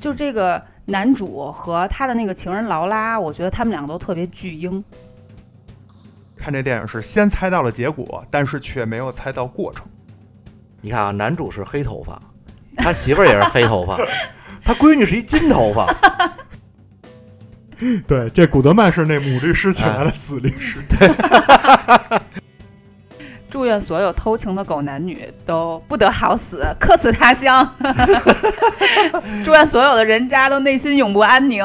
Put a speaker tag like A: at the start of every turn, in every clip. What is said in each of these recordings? A: 就这个男主和他的那个情人劳拉，我觉得他们两个都特别巨婴。
B: 看这电影是先猜到了结果，但是却没有猜到过程。
C: 你看啊，男主是黑头发，他媳妇儿也是黑头发，他闺女是一金头发，
B: 对，这古德曼是那母律师请来的子律师，
A: 祝愿所有偷情的狗男女都不得好死，客死他乡。 祝愿所有的人渣都内心永不安宁。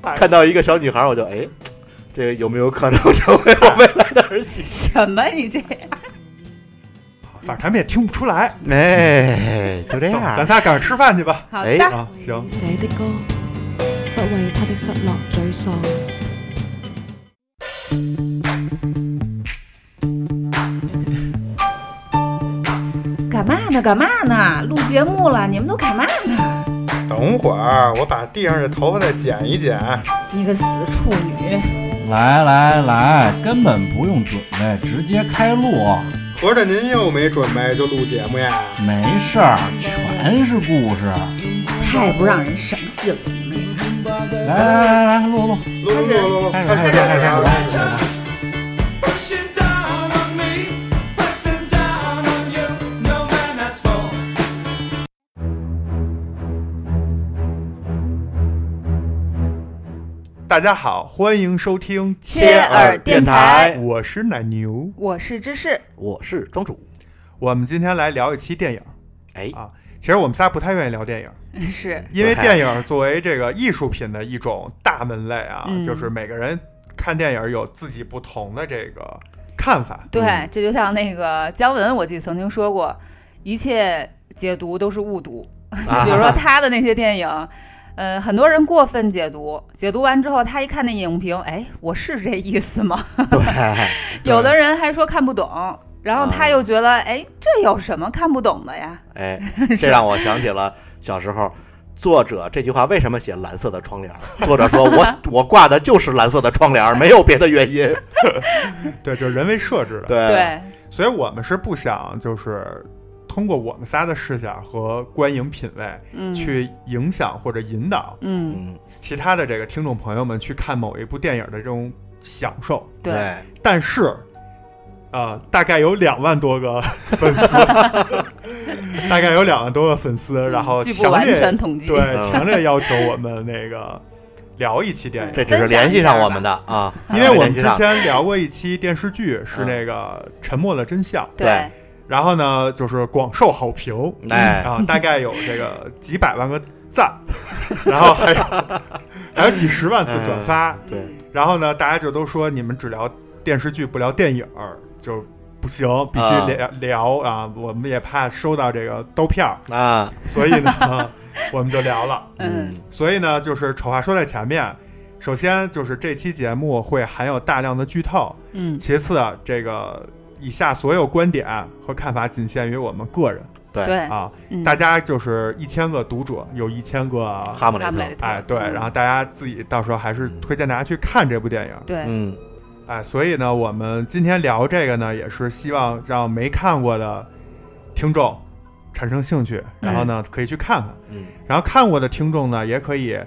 C: 看到一个小女孩，我就哎，这个有没有可能成为我未来的儿媳？
A: 什么？你这
B: 反正他们也听不出来。
C: 哎，就这
B: 走，咱
C: 样。
B: 仨赶上吃饭去吧。
A: 好
C: 哎
A: 的，
B: 啊，行，
D: 寫的歌，不為他的失落沮喪。
A: 干嘛呢？干嘛呢？录节目了，你们都干嘛呢？
E: 等会儿我把地上的头发再剪一剪。
A: 你个死处女！
F: 来来来，根本不用准备，直接开录，
E: 合着您又没准备就录节目呀？
F: 没事儿，全是故事。
A: 太不让人省心了，你们俩。
F: 来来来来，录录，
E: 录录录录录，
F: 开始开始开始
E: 啊
F: 开始。
G: Pushing down on me, pressing down on you, no man has for.
B: 大家好，欢迎收听，
A: 切耳电台，
B: 我是奶牛。
A: 我是芝士，
C: 我是庄主。
B: 我们今天来聊一期电影。
C: 哎，
B: 啊，其实我们仨不太愿意聊电影，
A: 是
B: 因为电影作为这个艺术品的一种大门类啊，
A: 嗯
B: 就是每个人看电影有自己不同的这个看法。
A: 对
C: 嗯，
A: 这就像那个姜文，我记得曾经说过，一切解读都是误 读。比如说他的那些电影，呃，很多人过分解读，解读完之后，他一看那影评，哎，我是这意思吗？
C: 对，
A: 有的人还说看不懂，然后他
C: 啊
A: 又觉得，哎，这有什么看不懂的呀？
C: 哎，这让我想起了小时候。作者这句话为什么写蓝色的窗帘？作者说 我我挂的就是蓝色的窗帘，没有别的原因。
B: 对，就是人为设置的。
C: 对，
A: 对，
B: 所以我们是不想就是通过我们仨的视角和观影品味
A: 嗯，，
B: 去影响或者引导
A: 嗯，
C: 嗯，
B: 其他的这个听众朋友们去看某一部电影的这种享受。
A: 对，
B: 但是，啊、大概有两万多个粉 丝，大概有两万多个粉丝，然后
A: 嗯据不
B: 强
A: 完
B: 烈
A: 全统计，
B: 对
C: 嗯
B: 强烈要求我们那个聊一期电影。
C: 这只是联系上我们的啊，
B: 因为我们
C: 联系
B: 之
C: 上
B: 前聊过一期电视剧，是
C: 嗯
B: 那个《沉默的真相》，
A: 对，
B: 然后呢，就是广受好评，
C: 哎
B: 啊，大概有这个几百万个赞， 然后还有还有几十万次转发，
C: 对
B: 然后呢，大家就都说你们只聊电视剧不聊电影儿就不行，必
C: 啊
B: 须聊、聊啊！我们也怕收到这个刀片儿，
C: 啊，
B: 所 以呢，我们就聊了。
A: 嗯，
B: 所以呢，就是丑话说在前面，首先就是这期节目会含有大量的剧透，
A: 嗯，
B: 其次啊这个以下所有观点和看法仅限于我们个人
A: 对，
B: 啊，
A: 嗯
B: 大家就是一千个读者有一千个
C: 哈姆
A: 哈姆
C: 雷
A: 雷
C: 特，
A: 特，
B: 哎对，然后大家自己到时候还是推荐大家去看这部电影。
A: 对，
C: 嗯，
B: 哎，所以呢，我们今天聊这个呢，也是希望让没看过的听众产生兴趣，然后呢，可以去看看。
C: 嗯，
B: 然后看过的听众呢，也可以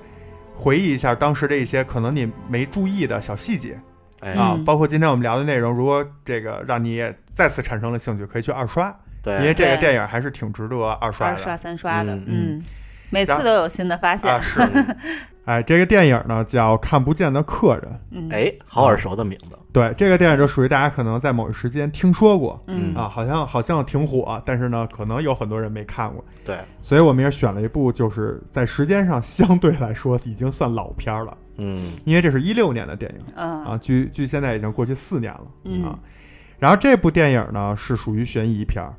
B: 回忆一下当时的一些可能你没注意的小细节
C: 哎，
A: 嗯
B: 啊，包括今天我们聊的内容，如果这个让你也再次产生了兴趣，可以去二刷，因为
C: 对，
B: 这个
A: 对
B: 电影还是挺值得二刷
A: 二
B: 的。
A: 刷三刷的，
B: 嗯
A: 嗯，每次都有新的发
B: 啊，
A: 现，
B: 是。 哎，这个电影呢叫《看不见的客人》，
A: 嗯，
C: 哎，好耳熟的名字，
B: 对，这个电影就属于大家可能在某一时间听说过，
A: 嗯，
B: 啊，好像好像挺火，但是呢，可能有很多人没看过，
C: 对，
B: 所以我们也选了一部，就是在时间上相对来说已经算老片儿了，
C: 嗯，
B: 因为这是一六年的电影
A: 嗯
B: 啊，距距现在已经过去四年了、啊
A: 嗯。
B: 然后这部电影呢是属于悬疑片儿。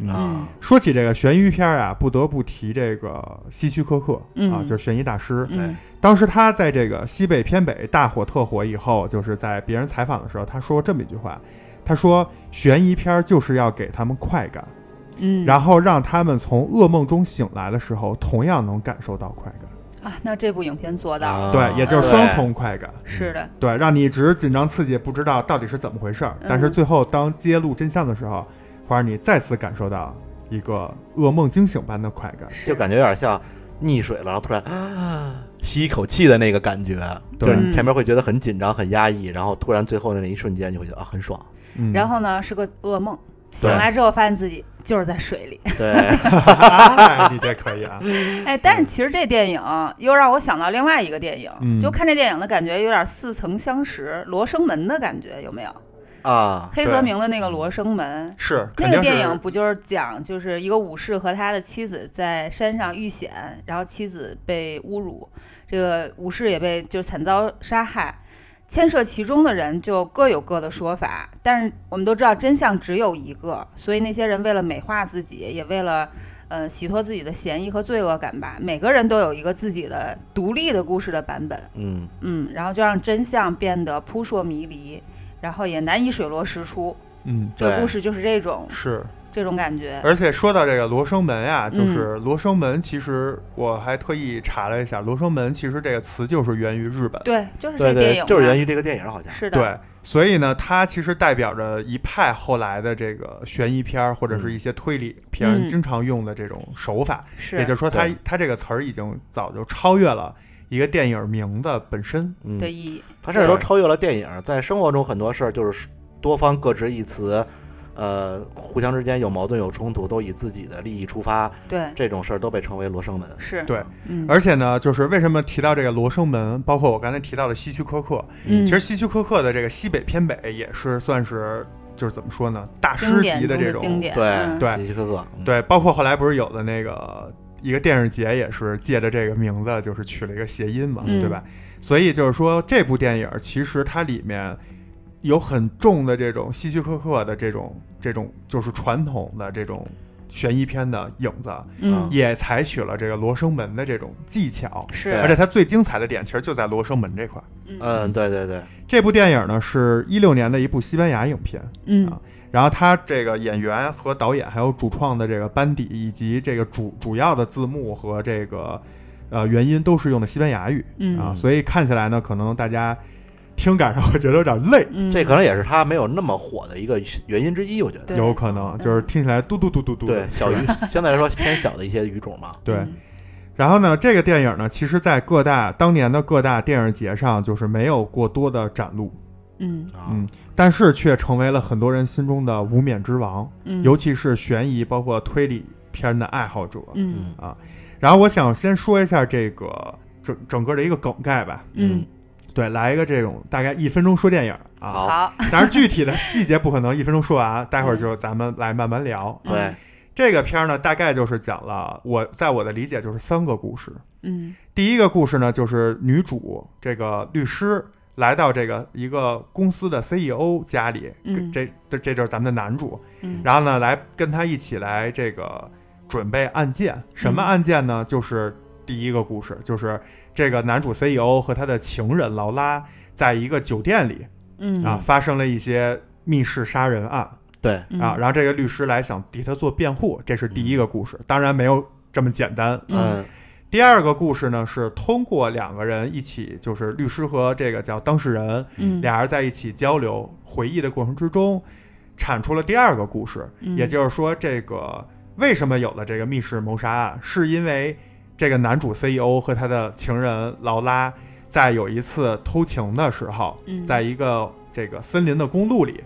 A: 嗯
C: 啊，
B: 说起这个悬疑片儿啊，不得不提这个希区柯克、啊，
A: 嗯
B: 就是悬疑大师。
A: 嗯
B: 当时他在这个西北偏北大火特火以后，就是在别人采访的时候，他说这么一句话，他说悬疑片儿就是要给他们快感。
A: 嗯，
B: 然后让他们从噩梦中醒来的时候，同样能感受到快感。
A: 啊，那这部影片做到了，
C: 啊
B: 对，也就是双重快感。
A: 是的，
B: 对，让你一直紧张刺激，不
A: 嗯
B: 知道到底是怎么回事儿。但是最后当揭露真相的时候，会让你再次感受到一个噩梦惊醒般的快感。
C: 就感觉有点像溺水了，然后突然啊吸一口气的那个感觉，就是
A: 对
C: 你前面会觉得很紧张、很压抑，然后突然最后的那一瞬间，你会觉得啊很爽。
B: 嗯、
A: 然后呢是个噩梦，醒
C: 对
A: 来之后发现自己就是在水里。
C: 对，
B: 哎，你这可以 啊，
A: 哎，但是其实这电影又让我想到另外一个电影，
B: 嗯
A: 就看这电影的感觉有点似曾相识，《罗生门》的感觉有没有？
C: 啊，
A: 黑泽明的那个《罗生门》。
E: 是
A: 那
E: 肯
A: 个
E: 定是
A: 电影不就是讲，就是一个武士和他的妻子在山上遇险，然后妻子被侮辱，这个武士也被就是惨遭杀害，牵涉其中的人就各有各的说法，但是我们都知道真相只有一个，所以那些人为了美化自己，也为了呃洗脱自己的嫌疑和罪恶感吧，每个人都有一个自己的独立的故事的版本，
C: 嗯，
A: 嗯，然后就让真相变得扑朔迷离，然后也难以水落石出。
B: 嗯，
A: 这个
C: 对
A: 故事就是这种
E: 是，
A: 这种感觉。
B: 而且说到这个罗生门啊，就是
A: 嗯
B: 罗生门，其实我还特意查了一下，罗生门其实这个词就是源于日本。
A: 对，就是这
C: 对
A: 个电影
C: 对
A: 嘛，，
C: 就是源于这个电影，好像
A: 是的，
B: 对，所以呢，它其实代表着一派后来的这个悬疑片儿或者是一些推理片儿
A: 嗯
B: 经常用的这种手法，
A: 是
B: 也就是说它，它
C: 对
B: 这个词儿已经早就超越了一个电影名的本身。
C: 嗯
A: 的，意义。
C: 它甚至都超越了电影，在生活中很多事儿就是多方各执一词。呃，互相之间有矛盾有冲突，都以自己的利益出发，
A: 对，
C: 这种事儿都被称为罗生门。
A: 是，
B: 对，
A: 嗯，
B: 而且呢，就是为什么提到这个罗生门，包括我刚才提到的希区柯克，
A: 嗯
B: 其实希区柯克的这个西北偏北也是算是就是怎么说呢，大
A: 经
B: 师
A: 典
B: 级
A: 中
B: 这
A: 的
B: 种
A: 经典，
C: 对
A: 嗯
B: 对
C: 希区柯克，嗯
B: 对，包括后来不是有的那个一个电视节也是借着这个名字，就是取了一个谐音嘛，
A: 嗯
B: 对吧？所以就是说，这部电影其实它里面有很重的这种希区柯克的这种这种就是传统的这种悬疑片的影子，
A: 嗯，
B: 也采取了这个罗生门的这种技巧，
A: 是
C: 对
B: 而且它呃最精彩的点其实就在罗生门这块儿。
C: 嗯，对对对，
B: 这部电影呢是一六年的一部西班牙影片，
A: 嗯
B: 然后他这个演员和导演，还有主创的这个班底，以及这个主主要的字幕和这个呃原因都是用的西班牙语啊，
A: 嗯
B: 所以看起来呢，可能大家听感上会觉得有点累，
A: 嗯，
C: 这可能也是他没有那么火的一个原因之一，我觉得。
A: 对嗯
B: 有可能就是听起来嘟嘟嘟嘟嘟的。
C: 对，小鱼 相对来说偏小的一些鱼种嘛。
B: 对
A: 嗯
B: 然后呢，这个电影呢，其实在各大当年的各大电影节上就是没有过多的展露，
A: 嗯
C: 啊，
B: 嗯，但是却成为了很多人心中的无冕之王，
A: 嗯，
B: 尤其是悬疑包括推理片的爱好者。
A: 嗯
B: 然后我想先说一下这个整整个的一个梗概吧，
A: 嗯，
B: 对，来一个这种大概一分钟说电影啊，
C: 好
A: 好，
B: 当然具体的细节不可能一分钟 说完，啊待会儿就咱们来慢慢聊。
C: 对，
B: 这个片儿呢，大概就是讲了我在我的理解就是三个故事。
A: 嗯
B: 第一个故事呢，就是女主这个律师来到这个一个公司的 CEO 家里，
A: 嗯
B: 这这这就是咱们的男主，
A: 嗯，
B: 然后呢，来跟他一起来这个准备案件。什么
A: 嗯
B: 案件呢？就是第一个故事，就是这个男主 CEO 和他的情人劳拉在一个酒店里
A: 嗯
B: 啊，发生了一些密室杀人案
C: 对，
A: 嗯
B: 啊。然后这个律师来想替他做辩护，这是第一个故事。当然没有这么简单。
A: 嗯
C: 嗯，
B: 第二个故事呢，是通过两个人一起，就是律师和这个叫当事人
A: 嗯
B: 俩人在一起交流回忆的过程之中，产出了第二个故事，
A: 嗯
B: 也就是说，这个为什么有了这个密室谋杀案，是因为这个男主 CEO 和他的情人劳拉在有一次偷情的时候，
A: 嗯
B: 在一个这个森林的公路里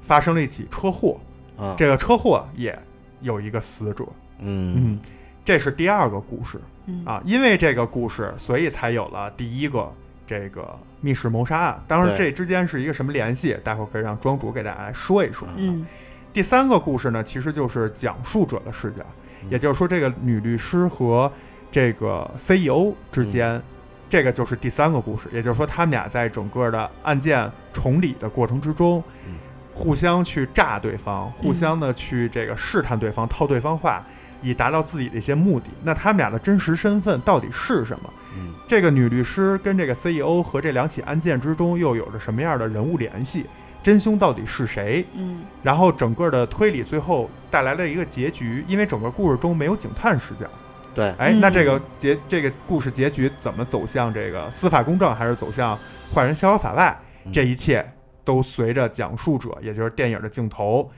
B: 发生了一起车祸，
A: 哦
C: 啊，
B: 这个车祸也有一个死者，
C: 嗯，，
B: 这是第二个故事
A: 嗯
B: 啊，因为这个故事，所以才有了第一个这个密室谋杀案。当然，这
C: 对
B: 之间是一个什么联系，待会儿可以让庄主给大家来说一说。
A: 嗯
B: 第三个故事呢，其实就是讲述者的视角，
C: 嗯
B: 也就是说，这个女律师和这个 CEO 之间，这个就是第三个故事，也就是说，他们俩在整个的案件重理的过程之中
C: 嗯，
B: 互相去炸对方，互相的去这个试探对方，套对方话，以达到自己的一些目的。那他们俩的真实身份到底是什么？
C: 嗯
B: 这个女律师跟这个 CEO 和这两起案件之中又有着什么样的人物联系？真凶到底是谁？
A: 嗯
B: 然后整个的推理最后带来了一个结局，因为整个故事中没有警探视角。
C: 对，
B: 哎，
A: 嗯
B: 那这个结这个故事结局怎么走向这个司法公正，还是走向坏人逍遥法外？
C: 嗯
B: 这一切都随着讲述者，也就是电影的镜头，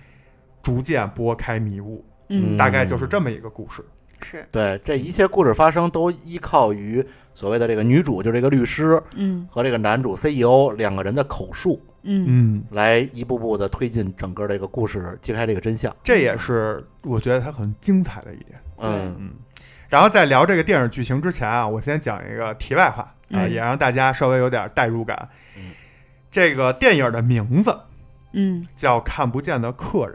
B: 逐渐拨开迷雾。
A: 嗯，
B: 大概就是这么一个故事。
A: 是，
C: 对，这一切故事发生都依靠于所谓的这个女主，就是这个律师
A: 嗯
C: 和这个男主 CEO 两个人的口述，
A: 嗯
B: 嗯，
C: 来一步步的推进整个这个故事，揭开这个真相。
B: 这也是我觉得它很精彩的一点。
C: 嗯，
B: 嗯，然后在聊这个电影剧情之前啊，我先讲一个题外话啊、
A: 嗯
B: 也让大家稍微有点代入感。
C: 嗯
B: 这个电影的名字
A: 嗯
B: 叫《看不见的客人》，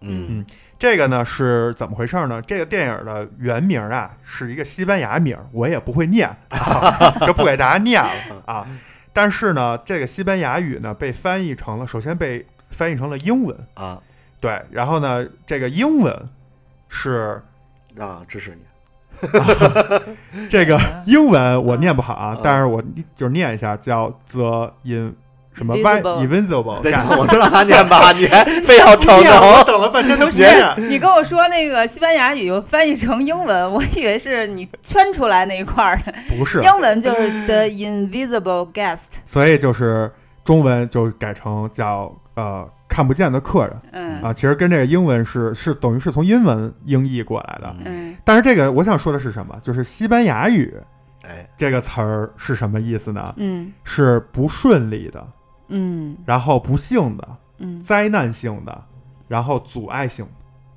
C: 嗯
B: 这个呢是怎么回事呢？这个电影的原名啊是一个西班牙名，我也不会念，啊、 就不给大家念了啊。但是呢，这个西班牙语呢被翻译成了，首先被翻译成了英文，
C: 啊，
B: 对，然后呢，这个英文是
C: 让支持你。
B: 这个
A: 嗯
B: 英文我念不好啊
C: 嗯，
B: 但是我就是念一下，叫 the in 什么 y
A: Invisible
B: invisible，哦
C: 对，
B: 干
C: 我知道他念吧，你还非 要瞅
B: 念我
C: 瞅。
B: 等了半天都
A: 不
B: 不
A: 是
B: 念，
A: 你跟我说那个西班牙语翻译成英文，我以为是你圈出来那一块儿的，
B: 不是，啊
A: 英文就是 the invisible guest，
B: 所以就是中文就改成叫呃看不见的客人
A: 嗯
B: 啊，其实跟这个英文是是等于是从英文英译过来的，
C: 嗯，
A: 嗯
B: 但是这个我想说的是什么？就是西班牙语
C: 哎，
B: 这个词儿是什么意思呢？
A: 嗯
B: 是不顺利的，
A: 嗯
B: 然后不幸的，
A: 嗯
B: 灾难性的，然后阻碍性的，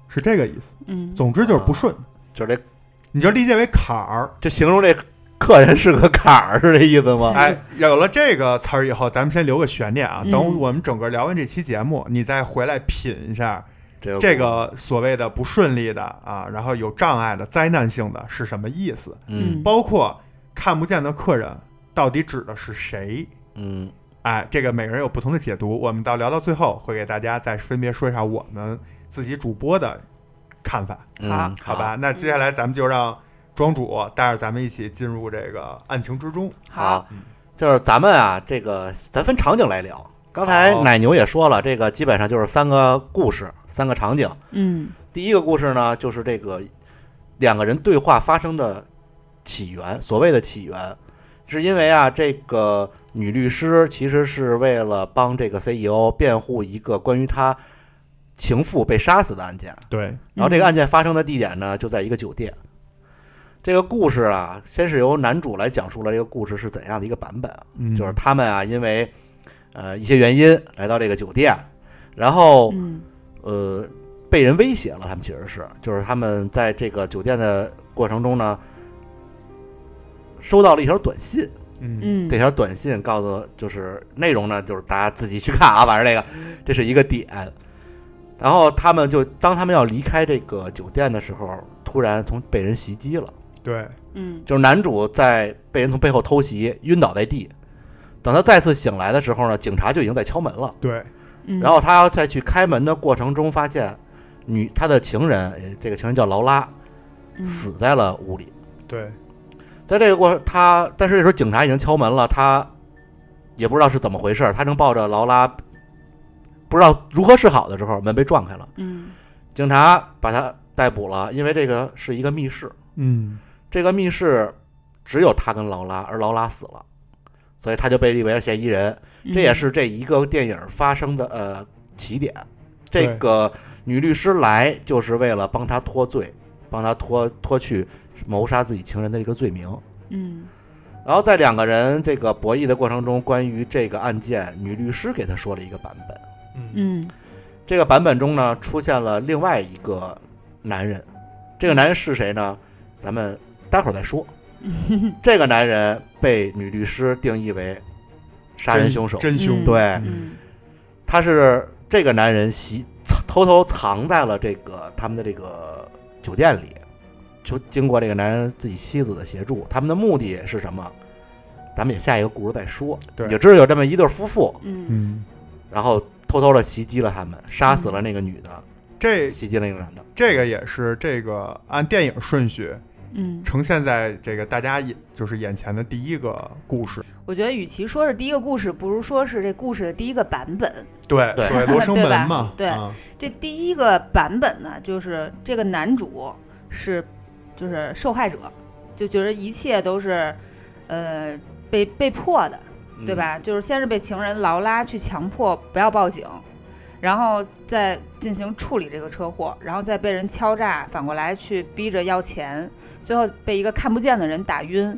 B: 是这个意思。
A: 嗯，
B: 总之就是不顺，
C: 就是这，
B: 你就理解为坎儿。
C: 就形容这客人是个坎儿，是这意思吗？
B: 哎，有了这个词儿以后，咱们先留个悬念啊。
A: 嗯
B: 等我们整个聊完这期节目，你再回来品一下
C: 这个
B: 这，个所谓的不顺利的啊，然后有障碍的、灾难性的是什么意思？
C: 嗯
B: 包括看不见的客人到底指的是谁？
C: 嗯
B: 哎，这个每个人有不同的解读，我们到聊到最后会给大家再分别说一下我们自己主播的看法。
C: 嗯，
A: 好
B: 好吧，，那接下来咱们就让庄主带着咱们一起进入这个案情之中。
C: 好，就是咱们啊，这个咱分场景来聊。刚才
B: 好
C: 奶牛也说了，这个基本上就是三个故事，三个场景。
A: 嗯
C: 第一个故事呢，就是这个两个人对话发生的起源，所谓的起源，是因为啊，这个女律师其实是为了帮这个 CEO 辩护一个关于她情妇被杀死的案件，
B: 对，
C: 然后这个案件发生的地点呢，就在一个酒店。这个故事啊，先是由男主来讲述了这个故事是怎样的一个版本啊，
B: 嗯
C: 就是他们啊，因为呃一些原因来到这个酒店，然后
A: 嗯
C: 呃被人威胁了，他们其实是，就是他们在这个酒店的过程中呢，收到了一条短信，
B: 嗯
A: 嗯
C: 这条短信告诉就是内容呢，就是大家自己去看啊，反正这个这是一个点。然后他们就当他们要离开这个酒店的时候，突然从被人袭击了，
B: 对，
A: 嗯
C: 就是男主在被人从背后偷袭，晕倒在地。等他再次醒来的时候呢，警察就已经在敲门了。
B: 对，
A: 嗯，
C: 然后他在去开门的过程中，发现女他的情人，呃这个情人叫劳拉，
A: 嗯
C: 死在了屋里。
B: 对，
C: 在这个过程，他但是这时候警察已经敲门了，他也不知道是怎么回事儿，他正抱着劳拉，不知道如何是好的时候，门被撞开了，
A: 嗯
C: 警察把他逮捕了，因为这个是一个密室，
B: 嗯，
C: 这个密室只有他跟劳拉，而劳拉死了，所以他就被立为了嫌疑人，
A: 嗯
C: 这也是这一个电影发生的呃起点。这
B: 对
C: 个女律师来就是为了帮他脱罪，帮他脱脱去谋杀自己情人的一个罪名。
A: 嗯
C: 然后在两个人这个博弈的过程中，关于这个案件，女律师给他说了一个版本。
A: 嗯
C: 这个版本中呢，出现了另外一个男人，这个男人是谁呢？咱们待会儿再说。这个男人被女律师定义为杀人凶手，
B: 真凶，
A: 嗯
C: 对
A: 嗯
C: 他是这个男人袭偷偷藏在了这个他们的这个酒店里，就经过这个男人自己妻子的协助，他们的目的是什么？咱们也下一个故事再说。
B: 对
C: 也知道有这么一对夫妇，
A: 嗯
B: 嗯，
C: 然后偷偷的袭击了他们，杀死了那个女的，
B: 这
C: 袭击了那个男的。
B: 这个也是这个按电影顺序
A: 嗯，
B: 呈现在这个大家眼就是眼前的第一个故事。
A: 我觉得与其说是第一个故事，不如说是这故事的第一个版本。
B: 对
C: 对
B: 所谓罗生
A: 对吧
B: 门嘛，
A: 对
B: 啊
A: 这第一个版本呢，就是这个男主是就是受害者，就觉得一切都是呃被
C: 嗯
A: 被迫的，对吧？就是先是被情人劳拉去强迫不要报警，然后再进行处理这个车祸，然后再被人敲诈，反过来去逼着要钱，最后被一个看不见的人打晕，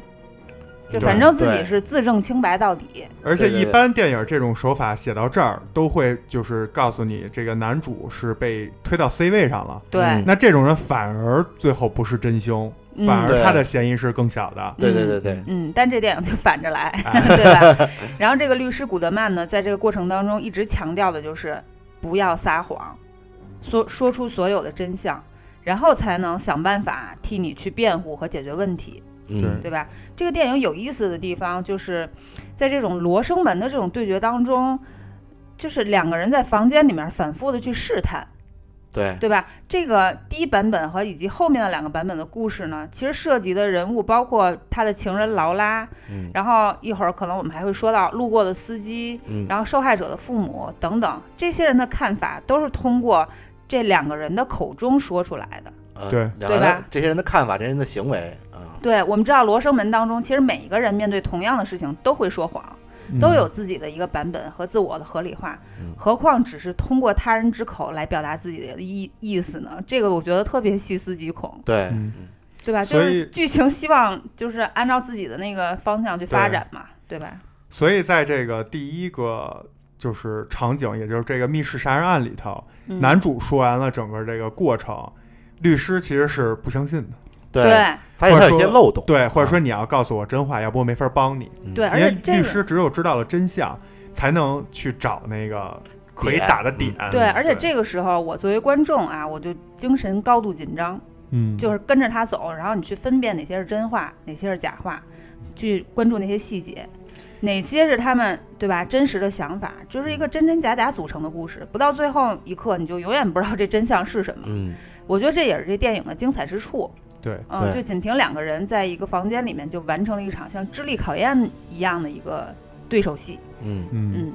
A: 就
C: 对
A: 反正自己
C: 对
A: 是自证清白到底。
B: 而且
C: 对对
B: 一
C: 对
B: 般电影这种手法写到这儿，都会就是告诉你这个男主是被推到 C 位上了。
A: 对，
C: 嗯
B: 那这种人反而最后不是真凶，
A: 嗯
B: 反而
C: 对
B: 他的嫌疑是更小的。
C: 对对对对，
A: 嗯，但这电影就反着来， 对吧？然后这个律师古德曼呢，在这个过程当中一直强调的就是不要撒谎，说说出所有的真相，然后才能想办法替你去辩护和解决问题，
C: 嗯
A: 对吧？这个电影有意思的地方就是，在这种罗生门的这种对决当中，就是两个人在房间里面反复的去试探，
C: 对
A: 对吧？这个第一版本和以及后面的两个版本的故事呢，其实涉及的人物包括他的情人劳拉。
C: 嗯
A: 然后一会儿可能我们还会说到路过的司机，
C: 嗯
A: 然后受害者的父母等等，这些人的看法都是通过这两个人的口中说出来的。
C: 呃
B: 对
C: 两
A: 对
C: 个人
A: 吧
C: 这些人的看法，这些人的行为啊，
A: 对，我们知道《罗生门》当中，其实每一个人面对同样的事情都会说谎，都有自己的一个版本和自我的合理化，
C: 嗯
A: 何况只是通过他人之口来表达自己的意意思呢？这个我觉得特别细思极恐，
C: 对，
B: 嗯
A: 对吧？就
B: 所以
A: 是剧情希望就是按照自己的那个方向去发展嘛，对吧？
B: 所以在这个第一个就是场景，也就是这个密室杀人案里头，
A: 嗯
B: 男主说完了整个这个过程，律师其实是不相信的，
C: 对，发现
B: 或
C: 他
B: 者
C: 有一些
B: 说
C: 漏洞，
B: 对，或者说
C: 啊
B: 你要告诉我真话，要不我没法帮你，
C: 嗯
A: 对，而
B: 因
A: 且
B: 为
A: 这
B: 律
A: 个
B: 师只有知道了真相，才能去找那个可以
C: 点
B: 打的点。
A: 对，而且
B: 对
A: 这个时候我作为观众啊，我就精神高度紧张，
B: 嗯，
A: 就是跟着他走，然后你去分辨哪些是真话，哪些是假话，去关注那些细节，哪些是他们对吧真实的想法，就是一个真真假假组成的故事。不到最后一刻，你就永远不知道这真相是什么。
C: 嗯，
A: 我觉得这也是这电影的精彩之处。
B: 对，
A: 嗯，
C: 对
A: 就仅凭两个人在一个房间里面就完成了一场像智力考验一样的一个对手戏。
C: 嗯
B: 嗯
A: 嗯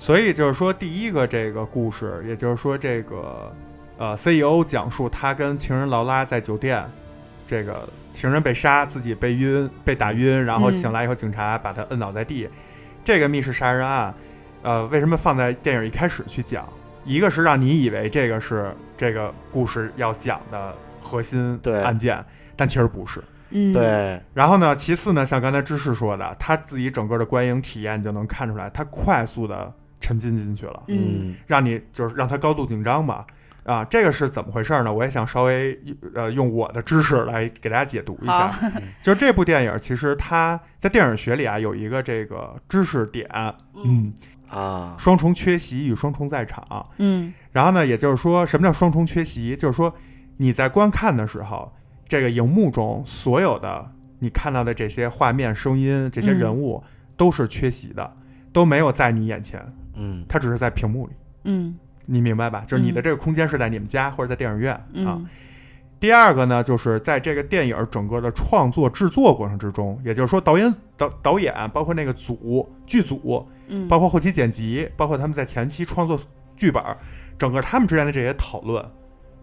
B: 所以就是说，第一个这个故事，也就是说这个呃 CEO 讲述他跟情人劳拉在酒店，这个情人被杀，自己被晕被打晕，然后
A: 嗯
B: 醒来以后，警察把他摁倒在地。这个密室杀人案，呃，为什么放在电影一开始去讲？一个是让你以为这个是这个故事要讲的核心
C: 对
B: 案件，但其实不是。
A: 嗯，
C: 对，
B: 然后呢，其次呢，像刚才芝士说的，他自己整个的观影体验就能看出来，他快速的沉浸进去了，
A: 嗯
C: 嗯
B: 让你就是让他高度紧张嘛。啊，这个是怎么回事呢？我也想稍微呃用我的知识来给大家解读一下。 就是这部电影，其实它在电影学里啊有一个这个知识点，嗯，
C: 啊，
B: 双重缺席与双重在场。
A: 嗯
B: 然后呢，也就是说，什么叫双重缺席？就是说你在观看的时候，这个荧幕中所有的你看到的这些画面、声音、这些人物都是缺席的，都没有在你眼前，
C: 嗯
B: 它只是在屏幕里。
A: 嗯
B: 你明白吧？就是你
A: 嗯
B: 的这个空间是在你们家或者在电影院、啊。
A: 嗯
B: 第二个呢，就是在这个电影整个的创作制作过程之中，也就是说，导演导导演包括那个组剧组，
A: 嗯，
B: 包括后期剪辑，包括他们在前期创作剧本，整个他们之间的这些讨论，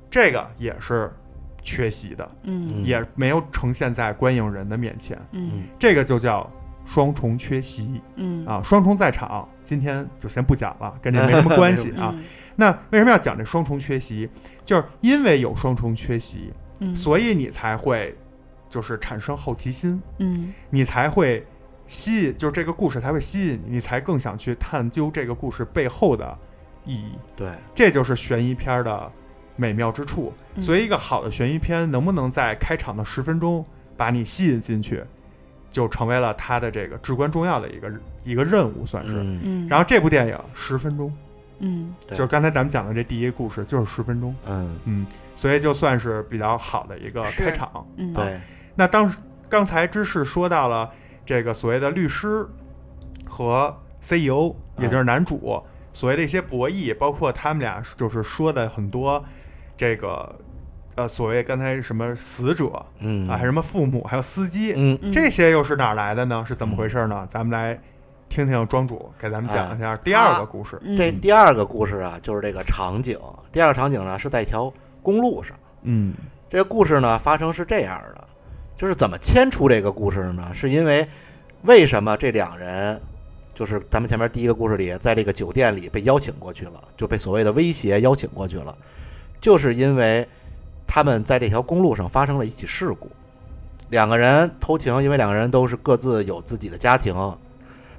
B: 这个也是缺席的，
A: 嗯
C: 嗯
B: 也没有呈现在观影人的面前。
A: 嗯
B: 这个就叫双重缺席
A: 嗯
B: 啊，双重在场，今天就先不讲 了，跟这没什么关系啊。
A: 嗯
B: 那为什么要讲这双重缺席？就是因为有双重缺席，
A: 嗯
B: 所以你才会就是产生好奇心，
A: 嗯
B: 你才会吸引，就是这个故事才会吸引你，你才更想去探究这个故事背后的意义。
C: 对，
B: 这就是悬疑片的美妙之处。
A: 嗯
B: 所以，一个好的悬疑片能不能在开场的十分钟把你吸引进去，就成为了它的这个至关重要的一个一个任务，算是。
C: 嗯
A: 嗯，
B: 然后这部电影十分钟，
A: 嗯
C: 对
B: 就是刚才咱们讲的这第一个故事，就是十分钟，
C: 嗯，
B: 所以就算是比较好的一个
A: 是
B: 开场。
A: 嗯
C: 对，
B: 那当时刚才知识说到了这个所谓的律师和 CEO，也就是男主、所谓的一些博弈，包括他们俩就是说的很多这个呃所谓刚才什么死者
C: 嗯
B: 啊，还有什么父母，还有司机，
C: 嗯
A: 嗯
B: 这些又是哪儿来的呢？是怎么回事呢？咱们来听听庄主给咱们讲一下第二个故事。
A: 嗯
C: 这第二个故事啊，就是这个场景。第二个场景呢是在一条公路上。
B: 嗯
C: 这个故事呢发生是这样的，就是怎么牵出这个故事呢？是因为为什么这两人就是咱们前面第一个故事里，在这个酒店里被邀请过去了，就被所谓的威胁邀请过去了，就是因为他们在这条公路上发生了一起事故，两个人偷情，因为两个人都是各自有自己的家庭，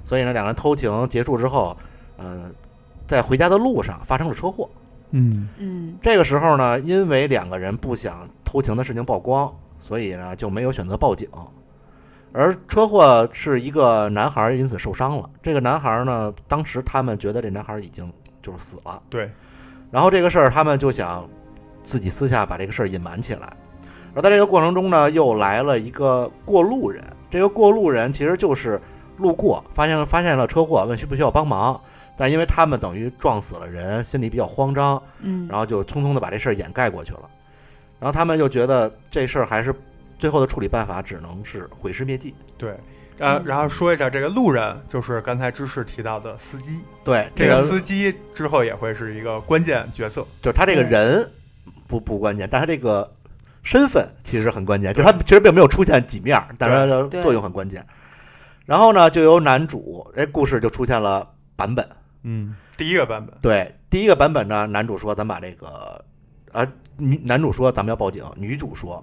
C: 所以呢，两个人偷情结束之后，嗯、在回家的路上发生了车祸。
B: 嗯
A: 嗯
C: 这个时候呢，因为两个人不想偷情的事情曝光，所以呢就没有选择报警。而车祸是一个男孩因此受伤了。这个男孩呢，当时他们觉得这男孩已经就是死了，
B: 对，
C: 然后这个事儿他们就想自己私下把这个事儿隐瞒起来。而在这个过程中呢，又来了一个过路人。这个过路人其实就是路过，发现发现了车祸，问需不需要帮忙。但因为他们等于撞死了人，心里比较慌张，
A: 嗯，
C: 然后就匆匆的把这事儿掩盖过去了。然后他们就觉得这事儿还是最后的处理办法只能是毁尸灭迹。
B: 对。呃，
A: 嗯
B: 然后说一下这个路人，就是刚才芝士提到的司机，
C: 对，
B: 这
C: 个
B: 个司机之后也会是一个关键角色。
C: 就是他这个人不不关键，但他这个身份其实很关键，就是他其实并没有出现几面儿，但是它
A: 对
C: 作用很关键。然后呢，就由男主，哎，故事就出现了版本。
B: 嗯，第一个版本，
C: 对，第一个版本呢，男主说咱把这个，啊，女男主说咱们要报警，女主说，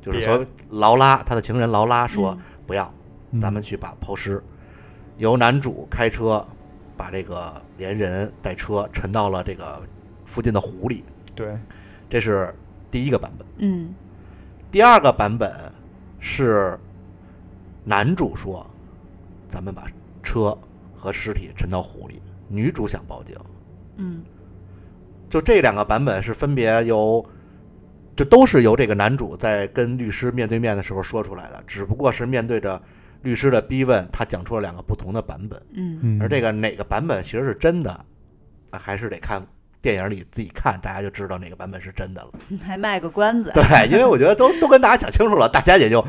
C: 就是
B: 别
C: 说劳拉他的情人劳拉说、不要，
B: 嗯
C: 咱们去把抛尸，由男主开车把这个连人带车沉到了这个附近的湖里，
B: 对，
C: 这是第一个版本。
A: 嗯
C: 第二个版本是男主说，咱们把车和尸体沉到湖里，女主想报警。
A: 嗯
C: 就这两个版本是分别由，就都是由这个男主在跟律师面对面的时候说出来的，只不过是面对着律师的逼问，他讲出了两个不同的版本。
A: 嗯
B: 嗯
C: 而这个哪个版本其实是真的，啊还是得看电影里自己看，大家就知道哪个版本是 真的了。
A: 嗯，还卖个关子。
C: 对，因为我觉得都都跟大家讲清楚了，大家也就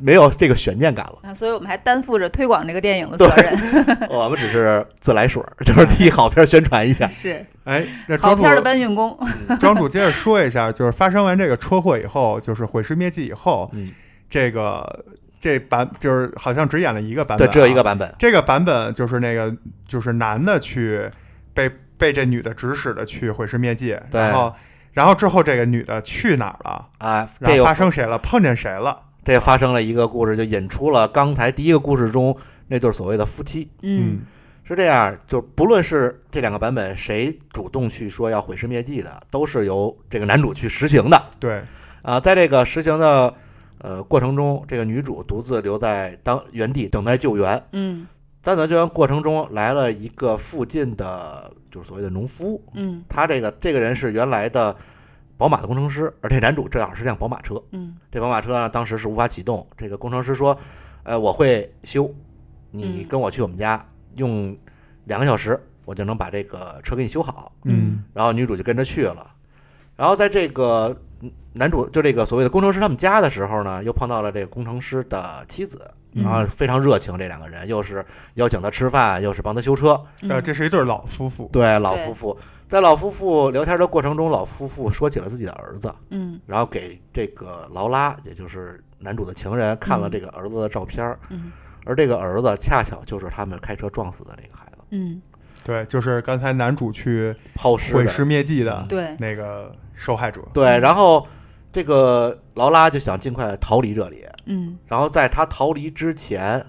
C: 没有这个悬念感 了。
A: 啊，所以我们还担负着推广这个电影的责任，
C: 我们只是自来水儿， 就是替好片儿宣传 一下。
A: 是
B: 哎，那
A: 好
B: 庄主
A: 片儿的搬运工。
B: 庄主接着说一下，就是发生完这个车祸以后，就是毁尸灭迹以后，
C: 嗯，
B: 这个这版就是好像只演了一个版本、
C: 嗯对，
B: 啊，
C: 只有一个。版本。
B: 这个版本就是那个就是男的去被被这女的指使的去毁尸灭迹，
C: 对
B: 然后然后之后这个女的去哪儿了，
C: 啊，这
B: 然
C: 又
B: 后发生谁了，碰见谁了，
C: 这又发生了一个故事，就引出了刚才第一个故事中那对所谓的夫妻
A: 嗯
C: 是这样，就不论是这两个版本谁主动去说要毁尸灭迹的，都是由这个男主去实行的。
B: 对，
C: 啊，在这个实行的呃过程中，这个女主独自留在当原地等待救援。
A: 嗯
C: 在等待救援过程中，来了一个附近的，就是所谓的农夫。
A: 嗯
C: 他这个这个人是原来的宝马的工程师，而这男主正好是辆宝马车。
A: 嗯
C: 这宝马车呢，当时是无法启动。这个工程师说：“呃，我会修，你
A: 嗯
C: 跟我去我们家，用两个小时，我就能把这个车给你修好。”
A: 嗯
C: 然后女主就跟着去了。然后在这个嗯男主就这个所谓的工程师他们家的时候呢，又碰到了这个工程师的妻子，
A: 嗯
C: 然后非常热情，这两个人又是邀请他吃饭，又是帮他修车。
B: 呃，这是一对老夫妇，
C: 对，老
A: 对
C: 夫妇在老夫妇聊天的过程中，老夫妇说起了自己的儿子，
A: 嗯
C: 然后给这个劳拉，也就是男主的情人看了
A: 嗯
C: 这个儿子的照片儿，
A: 嗯
C: 而这个儿子恰巧就是他们开车撞死的那个孩子，
A: 嗯，
B: 对，就是刚才男主去
C: 抛尸
B: 毁
C: 的嗯
B: 尸灭迹的
A: 对，
B: 那个受害者，
C: 对，然后这个劳拉就想尽快逃离这里，
A: 嗯
C: 然后在他逃离之前，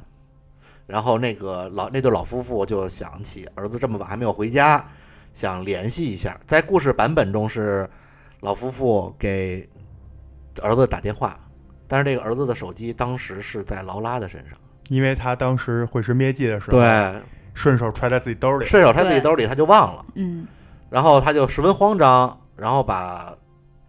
C: 然后那个老那对老夫妇就想起儿子这么晚还没有回家，想联系一下。在故事版本中是老夫妇给儿子打电话，但是这个儿子的手机当时是在劳拉的身上，
B: 因为他当时毁尸灭迹的时候，，
C: 对，
B: 顺手揣在自己兜里，
C: 顺手揣自己兜里，他就忘了，
A: 嗯
C: 然后他就十分慌张，然后把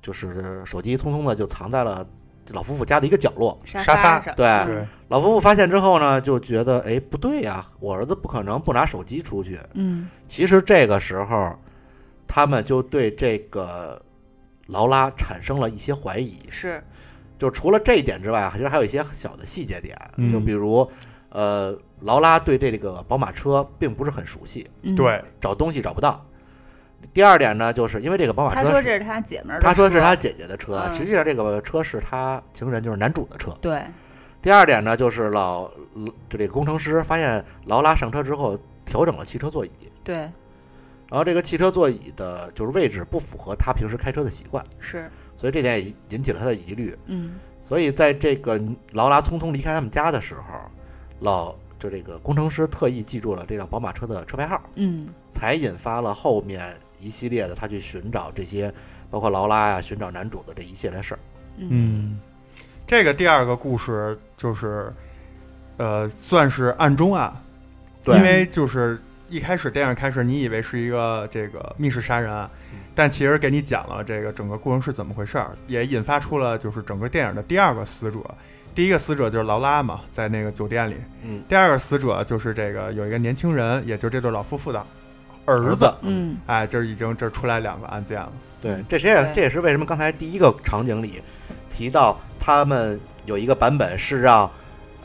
C: 就是手机匆匆的就藏在了老夫妇家的一个角落。
A: 沙
B: 沙发
A: 上嗯
C: 对
B: 对，
C: 老夫妇发现之后呢，就觉得哎不对呀、我儿子不可能不拿手机出去。
A: 嗯
C: 其实这个时候，他们就对这个劳拉产生了一些怀疑。
A: 是
C: 就除了这一点之外，其实还有一些小的细节点，
B: 嗯
C: 就比如，呃，劳拉对这个宝马车并不是很熟悉，
A: 嗯
B: 对，
C: 找东西找不到。第二点呢，就是因为这个宝马
A: 他
C: 车
A: 说
C: 是
A: 这是他姐们儿的车，
C: 他说是他姐姐的车，
A: 嗯
C: 实际上这个车是他情人，就是男主的车。
A: 对，
C: 第二点呢，就是老就这个工程师发现劳拉上车之后调整了汽车座椅，
A: 对，
C: 然后这个汽车座椅的就是位置不符合他平时开车的习惯，
A: 是，
C: 所以这点也引起了他的疑虑。
A: 嗯，
C: 所以在这个劳拉匆匆离开他们家的时候，老就这个工程师特意记住了这辆宝马车的车牌号，
A: 嗯，
C: 才引发了后面一系列的他去寻找这些，包括劳拉呀、寻找男主的这一系列事儿。
A: 嗯，
B: 嗯，这个第二个故事就是，呃，算是暗中暗，
C: 对
B: 因为就是一开始电影开始，你以为是一个这个密室杀人案，
C: 嗯
B: 但其实给你讲了这个整个过程是怎么回事儿，也引发出了就是整个电影的第二个死者。第一个死者就是劳拉嘛，在那个酒店里。
C: 嗯，
B: 第二个死者就是这个有一个年轻人，也就是这对老夫妇的儿
C: 儿
B: 子。
C: 子，
A: 嗯，
B: 哎，就是已经这出来两个案件了。
C: 对，这谁也
A: 对
C: 这也是为什么刚才第一个场景里提到他们有一个版本是让，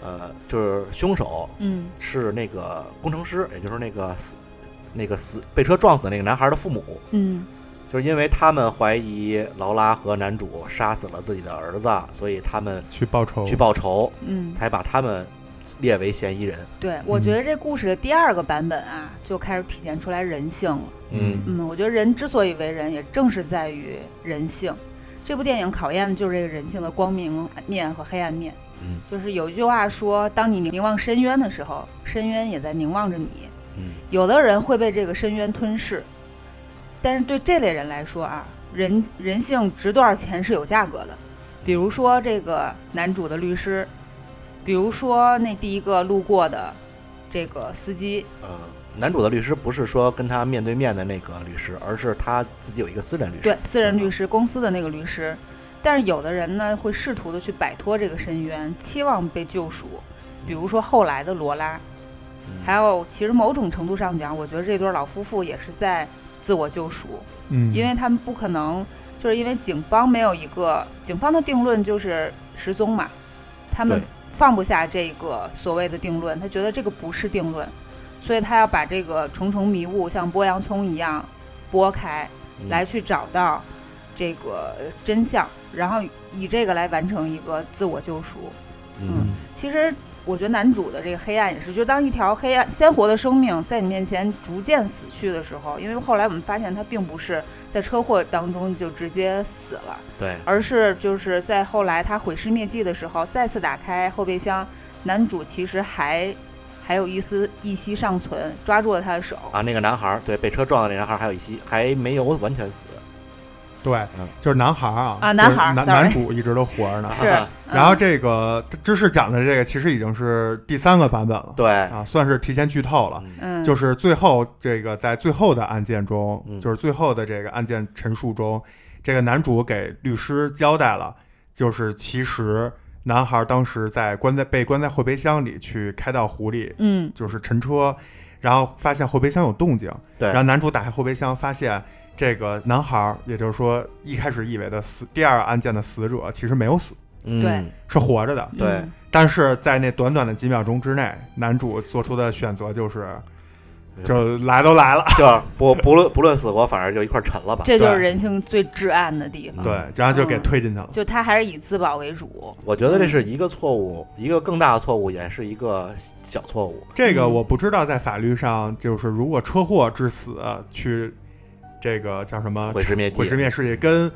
C: 呃，就是凶手
A: 嗯，
C: 是那个工程师，也就是那个死那个死被车撞死的那个男孩的父母，
A: 嗯，
C: 就是因为他们怀疑劳拉和男主杀死了自己的儿子，所以他们
B: 去报仇，
C: 去报仇，
A: 嗯，
C: 才把他们列为嫌疑人。
A: 对，我觉得这故事的第二个版本啊，就开始体现出来人性了。
C: 嗯，
A: 嗯，我觉得人之所以为人，也正是在于人性。这部电影考验的就是这个人性的光明面和黑暗面。
C: 嗯，
A: 就是有一句话说，当你凝望深渊的时候，深渊也在凝望着你。
C: 嗯，
A: 有的人会被这个深渊吞噬，但是对这类人来说啊，人人性值多少钱是有价格的。比如说这个男主的律师，比如说那第一个路过的这个司机，
C: 呃，男主的律师不是说跟他面对面的那个律师，而是他自己有一个私人律师。
A: 对，私人律师公司的那个律师。但是有的人呢，会试图的去摆脱这个深渊，期望被救赎。比如说后来的罗拉，
C: 嗯，
A: 还有其实某种程度上讲，我觉得这对老夫妇也是在自我救赎，
B: 嗯，
A: 因为他们不可能，就是因为警方没有一个警方的定论就是失踪嘛，他们
C: 对
A: 放不下这个所谓的定论，他觉得这个不是定论，所以他要把这个重重迷雾像剥洋葱一样剥开，
C: 嗯
A: 来去找到这个真相，然后以这个来完成一个自我救赎。
C: 嗯
A: 其实我觉得男主的这个黑暗也是，就当一条黑暗鲜活的生命在你面前逐渐死去的时候，因为后来我们发现他并不是在车祸当中就直接死了，
C: 对，
A: 而是就是在后来他毁尸灭迹的时候，再次打开后备箱，男主其实还还有一丝一息尚存，抓住了他的手。
C: 啊，那个男孩儿，对，被车撞的那男孩儿还有一些还没有完全死，
B: 对
C: 嗯，
B: 就是男孩儿啊，
A: 啊男
B: 就是
A: 孩儿
B: 男
A: sorry
B: 男主一直都活着呢。啊
A: 是，嗯
B: 然后这个知识讲的这个其实已经是第三个版本了，
C: 对，
B: 啊，算是提前剧透了。
C: 嗯
A: 嗯，
B: 就是最后这个在最后的案件中，
C: 嗯
B: 就是最后的这个案件陈述中，这个男主给律师交代了，就是其实男孩当时在关在被关在后备箱里去开到湖里，
A: 嗯
B: 就是沉车，然后发现后备箱有动静，
C: 对
B: 然后男主打开后备箱，发现这个男孩儿，也就是说一开始以为的死第二案件的死者，其实没有死，
C: 嗯
A: 对
B: 是活着的。
A: 嗯
C: 对
B: 但是在那短短的几秒钟之内，男主做出的选择就是，就来都来了，
C: 嗯就是不不论不论死活，反正就一块儿沉了吧。
A: 这就是
B: 对
A: 人性最至暗的
C: 啊
A: 地方。
B: 对，然后就给
A: 嗯
B: 推进去了。
A: 就他还是以自保为主。
C: 我觉得这是一个错误，一个更大的错误，也是一个小错误。
A: 啊
B: 这个我不知道，在法律上，就是如果车祸致死去这个叫什么
C: 毁尸灭迹啊
B: 毁尸灭迹跟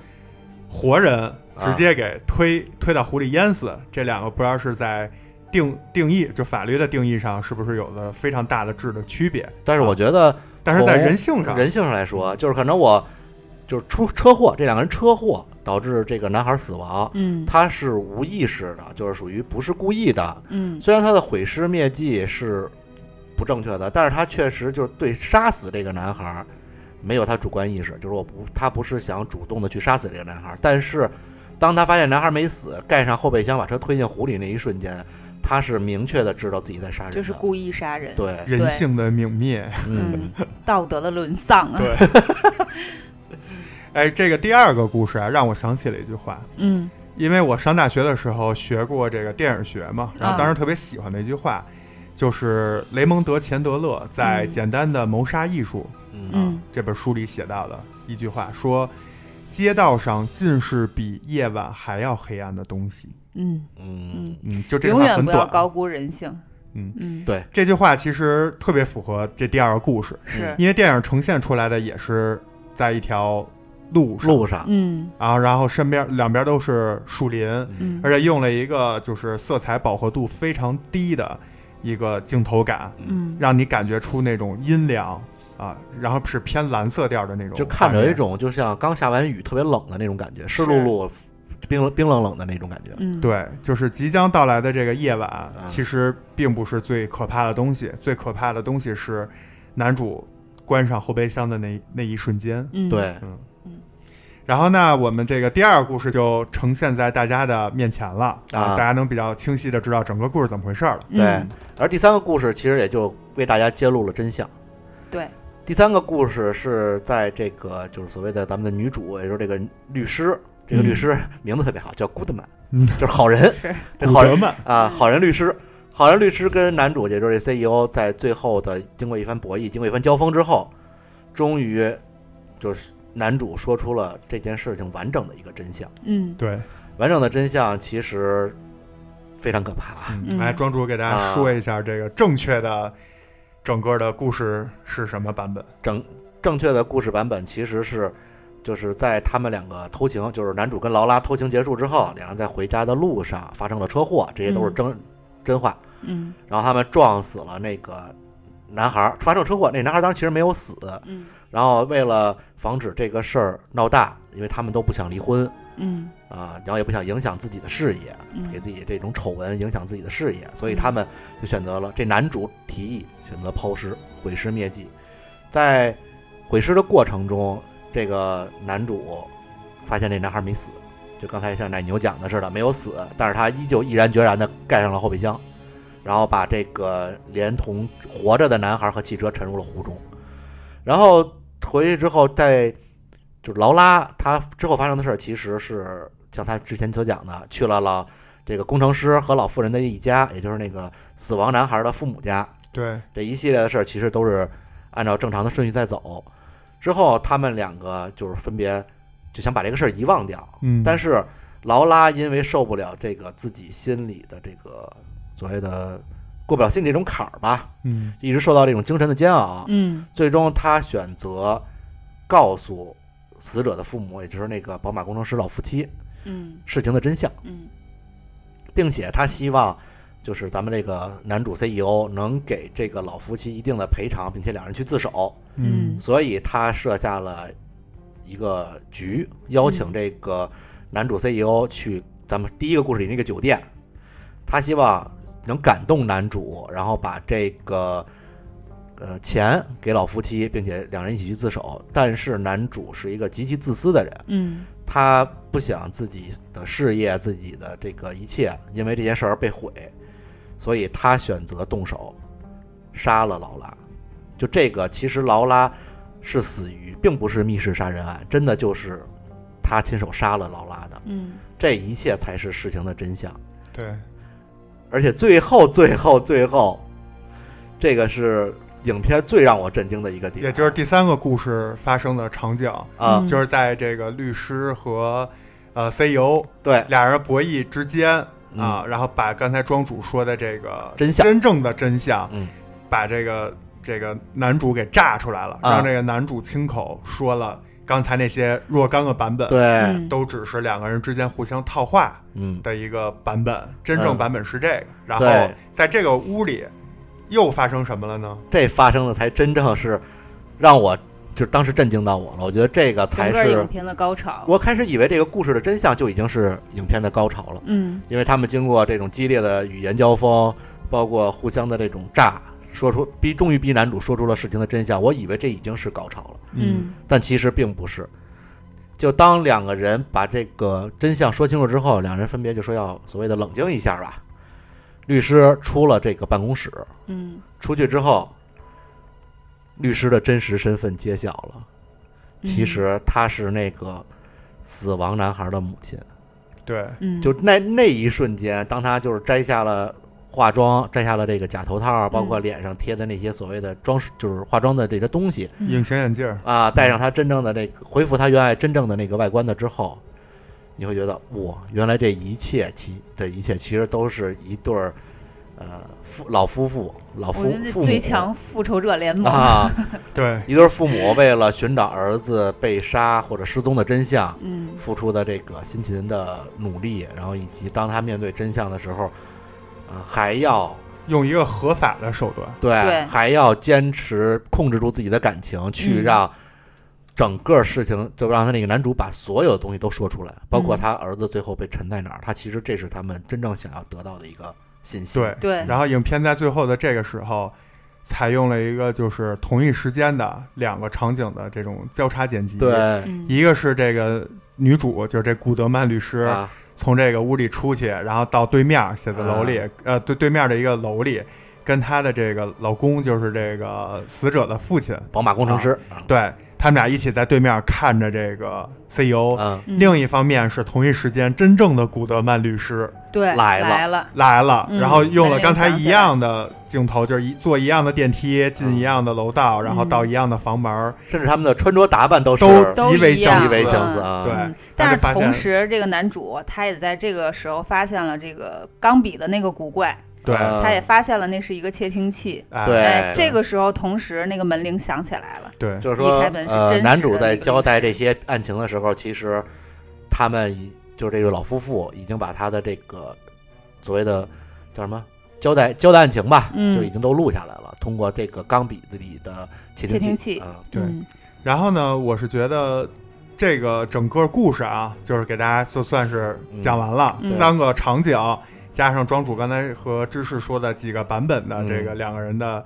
B: 活人直接给推、推到湖里淹死，这两个不知道是在定定义就法律的定义上是不是有的非常大的质的区别，
C: 但是我觉得
B: 但是在
C: 从
B: 人性上，
C: 哦人性上来说，就是可能我就是出车祸，这两个人车祸导致这个男孩死亡，
A: 嗯
C: 他是无意识的，就是属于不是故意的。
A: 嗯
C: 虽然他的毁尸灭迹是不正确的，但是他确实就是对杀死这个男孩儿没有他主观意识，就是我不他不是想主动的去杀死这个男孩儿，但是当他发现男孩没死，盖上后备箱把车推进湖里那一瞬间，他是明确的知道自己在杀人的，
A: 就是故意杀人，
C: 对，
B: 人性的泯灭。
C: 嗯
A: 嗯，道德的沦丧啊，
B: 对哎，这个第二个故事啊，让我想起了一句话，
A: 嗯
B: 因为我上大学的时候学过这个电影学嘛，
A: 嗯
B: 然后当时特别喜欢的一句话，就是雷蒙德·钱德勒在
A: 嗯
B: 《简单的谋杀艺术》啊
C: 嗯
A: 嗯
B: 这本书里写到的一句话，说街道上尽是比夜晚还要黑暗的东西。
A: 嗯
C: 嗯
A: 嗯，
B: 嗯，就这句
A: 永
B: 话
A: 远
B: 很
A: 不要
C: 啊
B: 短。
A: 高估人性。
B: 嗯
A: 嗯，
C: 对
B: 这句话其实特别符合这第二个故
C: 嗯
B: 事，
A: 是，
B: 因为电影呈现出来的也是在一条路上，
C: 路上，
A: 嗯
B: 啊，然后身边两边都是树林，
A: 嗯，
B: 而且用了一个就是色彩饱和度非常低的一个镜头感，
A: 嗯
B: 让你感觉出那种阴凉啊，然后是偏蓝色调的那种画面，
C: 就看着有一种就像刚下完雨特别冷的那种感觉，湿漉漉、冰冰冷冷的那种感觉。
A: 嗯，
B: 对，就是即将到来的这个夜晚，
C: 嗯
B: 其实并不是最可怕的东西，最可怕的东西是男主关上后备箱的那那一瞬间。
A: 嗯，
C: 对，
B: 然后呢，我们这个第二个故事就呈现在大家的面前了
C: 啊
B: 大家能比较清晰的知道整个故事怎么回事了。
C: 对
A: 嗯，
C: 而第三个故事其实也就为大家揭露了真相。
A: 对，
C: 第三个故事是在这个就是所谓的咱们的女主，也就是这个律师，这个律师名字特别好，叫 Goodman，
B: 嗯
C: 就是好人，
A: 是，
C: 这好人
B: 们，
C: 啊，好人律师，好人律师跟男主，也就是这 CEO，在最后的经过一番博弈，经过一番交锋之后，终于就是男主说出了这件事情完整的一个真相。
A: 嗯
B: 对，
C: 完整的真相其实非常可怕，啊
B: 嗯，
A: 嗯
B: 来庄主给大家说一下这个正确的整个的故事是什么版本？
C: 正正确的故事版本其实是。就是在他们两个偷情，就是男主跟劳拉偷情结束之后，两人在回家的路上发生了车祸，这些都是真、真话。
A: 嗯
C: 然后他们撞死了那个男孩儿，发生车祸。那男孩儿当时其实没有死，
A: 嗯
C: 然后为了防止这个事儿闹大，因为他们都不想离婚
A: 嗯
C: 啊、然后也不想影响自己的事业，
A: 嗯，
C: 给自己这种丑闻影响自己的事业，所以
A: 嗯
C: 他们就选择了这男主提议选择抛尸、毁尸灭迹。在毁尸的过程中，这个男主发现这男孩没死，就刚才像奶牛讲的似的，没有死，但是他依旧毅然决然地盖上了后备箱，然后把这个连同活着的男孩和汽车沉入了湖中。然后回去之后，在就是劳拉她之后发生的事儿，其实是像她之前所讲的，去了老这个工程师和老妇人的一家，也就是那个死亡男孩的父母家，
B: 对，
C: 这一系列的事儿其实都是按照正常的顺序在走。之后他们两个就是分别就想把这个事儿遗忘掉，
B: 嗯
C: 但是劳拉因为受不了这个自己心里的这个所谓的过不了心里这种坎儿吧，
B: 嗯
C: 一直受到这种精神的煎熬，
A: 嗯
C: 最终他选择告诉死者的父母，也就是那个宝马工程师老夫妻
A: 嗯
C: 事情的真相，
A: 嗯
C: 并且他希望就是咱们这个男主 CEO 能给这个老夫妻一定的赔偿，并且两人去自首，
A: 嗯
C: 所以他设下了一个局，邀请这个男主 CEO 去咱们第一个故事里那个酒店，他希望能感动男主，然后把这个呃钱给老夫妻，并且两人一起去自首。但是男主是一个极其自私的人，
A: 嗯
C: 他不想自己的事业、自己的这个一切因为这件事儿而被毁，所以他选择动手杀了劳拉。就这个，其实劳拉是死于，并不是密室杀人案，真的就是他亲手杀了劳拉的。
A: 嗯
C: 这一切才是事情的真相。
B: 对，
C: 而且最后、最后、最后，这个是影片最让我震惊的一个点，
B: 也就是第三个故事发生的场景，
C: 啊
A: 嗯，
B: 就是在这个律师和呃 CEO
C: 对，
B: 俩人博弈之间
C: 嗯
B: 啊，然后把刚才庄主说的这个
C: 真相
B: 真正的真相，
C: 嗯
B: 把这个这个男主给炸出来了，
C: 啊
B: 让这个男主亲口说了刚才那些若干个版本，
C: 对，
A: 嗯
B: 都只是两个人之间互相套话
C: 嗯，
B: 的一个版本，真正版本是这个。然后
C: 对
B: 在这个屋里又发生什么了呢？
C: 这发生的才真正是让我就当时震惊到我了。我觉得这个
A: 整
C: 才
A: 个
C: 是
A: 影片的高潮。
C: 我开始以为这个故事的真相就已经是影片的高潮了，
A: 嗯
C: 因为他们经过这种激烈的语言交锋，包括互相的这种炸，说出逼终于逼男主说出了事情的真相。我以为这已经是高潮了。
A: 嗯
C: 但其实并不是。就当两个人把这个真相说清楚之后，两人分别就说要所谓的冷静一下吧。律师出了这个办公室，
A: 嗯
C: 出去之后，律师的真实身份揭晓了。其实他是那个死亡男孩的母亲。
B: 对，
A: 嗯，
C: 就那那一瞬间，当他就是摘下了化妆，摘下了这个假头套，
A: 嗯
C: 包括脸上贴的那些所谓的装饰，就是化妆的这些东
A: 嗯
C: 西
B: 隐形眼镜儿，
C: 啊，戴上它真正的这个，恢复它原来真正的那个外观的之后，你会觉得哇，原来这一切其的一切其实都是一对儿呃夫老夫妇老
A: 我
C: 夫
A: 觉得
C: 父
A: 这
C: 母
A: 最强复仇者联盟，
C: 啊，
B: 对，
C: 一对父母为了寻找儿子被杀或者失踪的真相，
A: 嗯，
C: 付出的这个辛勤的努力，然后以及当他面对真相的时候，呃，还要
B: 用一个合法的手段，
C: 对
A: 对
C: 还要坚持控制住自己的感情，去
A: 嗯
C: 让整个事情就让他那个男主把所有的东西都说出来，包括
A: 嗯
C: 他儿子最后被沉在哪儿，他其实这是他们真正想要得到的一个信息。
B: 对，
A: 对，
B: 然后影片在最后的这个时候，采用了一个就是同一时间的两个场景的这种交叉剪辑。
C: 对，
A: 嗯
B: 一个是这个女主，就是这古德曼律师，
C: 啊，
B: 从这个屋里出去，然后到对面写字楼里，呃，对对面的一个楼里，跟她的这个老公，就是这个死者的父亲，
C: 宝马工程师，
B: 对他们俩一起在对面看着这个 CEO。
C: 嗯，
A: 嗯
B: 另一方面是同一时间，真正的古德曼律师
A: 对
C: 来了
A: 来了，
B: 来了，
A: 嗯
B: 然后用了刚才
A: 那联想
B: 一
A: 起来
B: 样的镜头，就是一坐一样的电梯，进一样的楼道，
A: 嗯
B: 然后到一样的房门，
C: 甚至他们的穿着打扮都是
B: 都
A: 都
B: 极为
A: 一样
B: 相
C: 极
B: 似，
C: 为相
A: 嗯
C: 似啊。
B: 对
A: 嗯，
B: 他
A: 但
B: 就是发现
A: 同时，这个男主他也在这个时候发现了这个钢笔的那个古怪，
B: 对，
C: 嗯
A: 他也发现了那是一个窃听器。
B: 哎
C: 对
A: 哎，这个时候同时那个门铃响起来了，
B: 对，
C: 就是说
A: 一开门是真
C: 呃，
A: 实的
C: 男主
A: 那
C: 在
A: 个
C: 交代这些案情的时候，其实他们已就是这个老夫妇已经把他的这个所谓的叫什么交代交代案情吧，
A: 嗯
C: 就已经都录下来了，通过这个钢笔里的窃
A: 窃听
C: 器
A: 器
C: 啊，
B: 对
A: 嗯
B: 然后呢，我是觉得这个整个故事啊，就是给大家就算是讲完了、
A: 嗯
B: 三个场景，加上庄主刚才和芝士说的几个版本的这个两个人的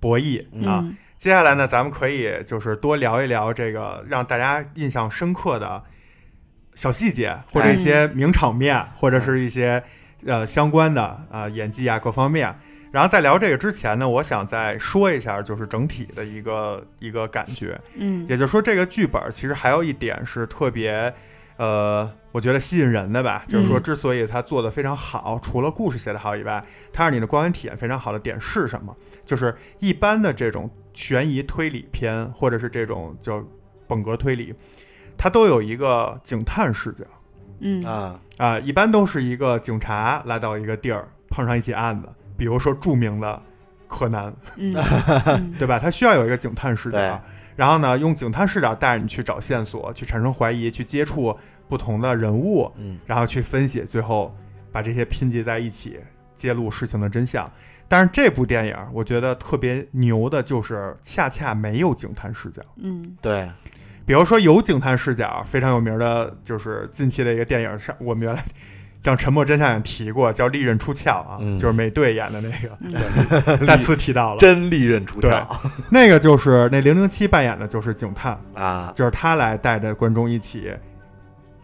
B: 博弈、啊。
A: 嗯
B: 接下来呢，咱们可以就是多聊一聊这个让大家印象深刻的小细节，或者一些名场面，或者是一些呃相关的啊、呃演技啊各方面。然后在聊这个之前呢，我想再说一下，就是整体的一个一个感觉。
A: 嗯
B: 也就是说，这个剧本其实还有一点是特别，呃，我觉得吸引人的吧，就是说，
A: 嗯
B: 之所以它做得非常好，除了故事写得好以外，它让你的观影体验非常好的点是什么？就是一般的这种悬疑推理片，或者是这种叫本格推理，它都有一个警探视角
A: 嗯
C: 啊，
B: 啊、一般都是一个警察来到一个地儿，碰上一起案子，比如说著名的柯南，
A: 嗯嗯
B: 对吧？它需要有一个警探视
C: 对
B: 角，然后呢，用警探视角带着你去找线索，去产生怀疑，去接触不同的人物，
C: 嗯，
B: 然后去分析，最后把这些拼接在一起，揭露事情的真相。但是这部电影，我觉得特别牛的就是恰恰没有警探视角。
A: 嗯
C: 对，
B: 比如说有警探视角，非常有名的就是近期的一个电影，上我们原来 讲《沉默真相》也提过，叫《利刃出鞘》啊，
C: 嗯
B: 就是美队演的那个，
A: 嗯
B: 再次提到了。
C: 真利刃出鞘
B: 那个就是那零零七扮演的就是警探，
C: 啊，
B: 就是他来带着观众一起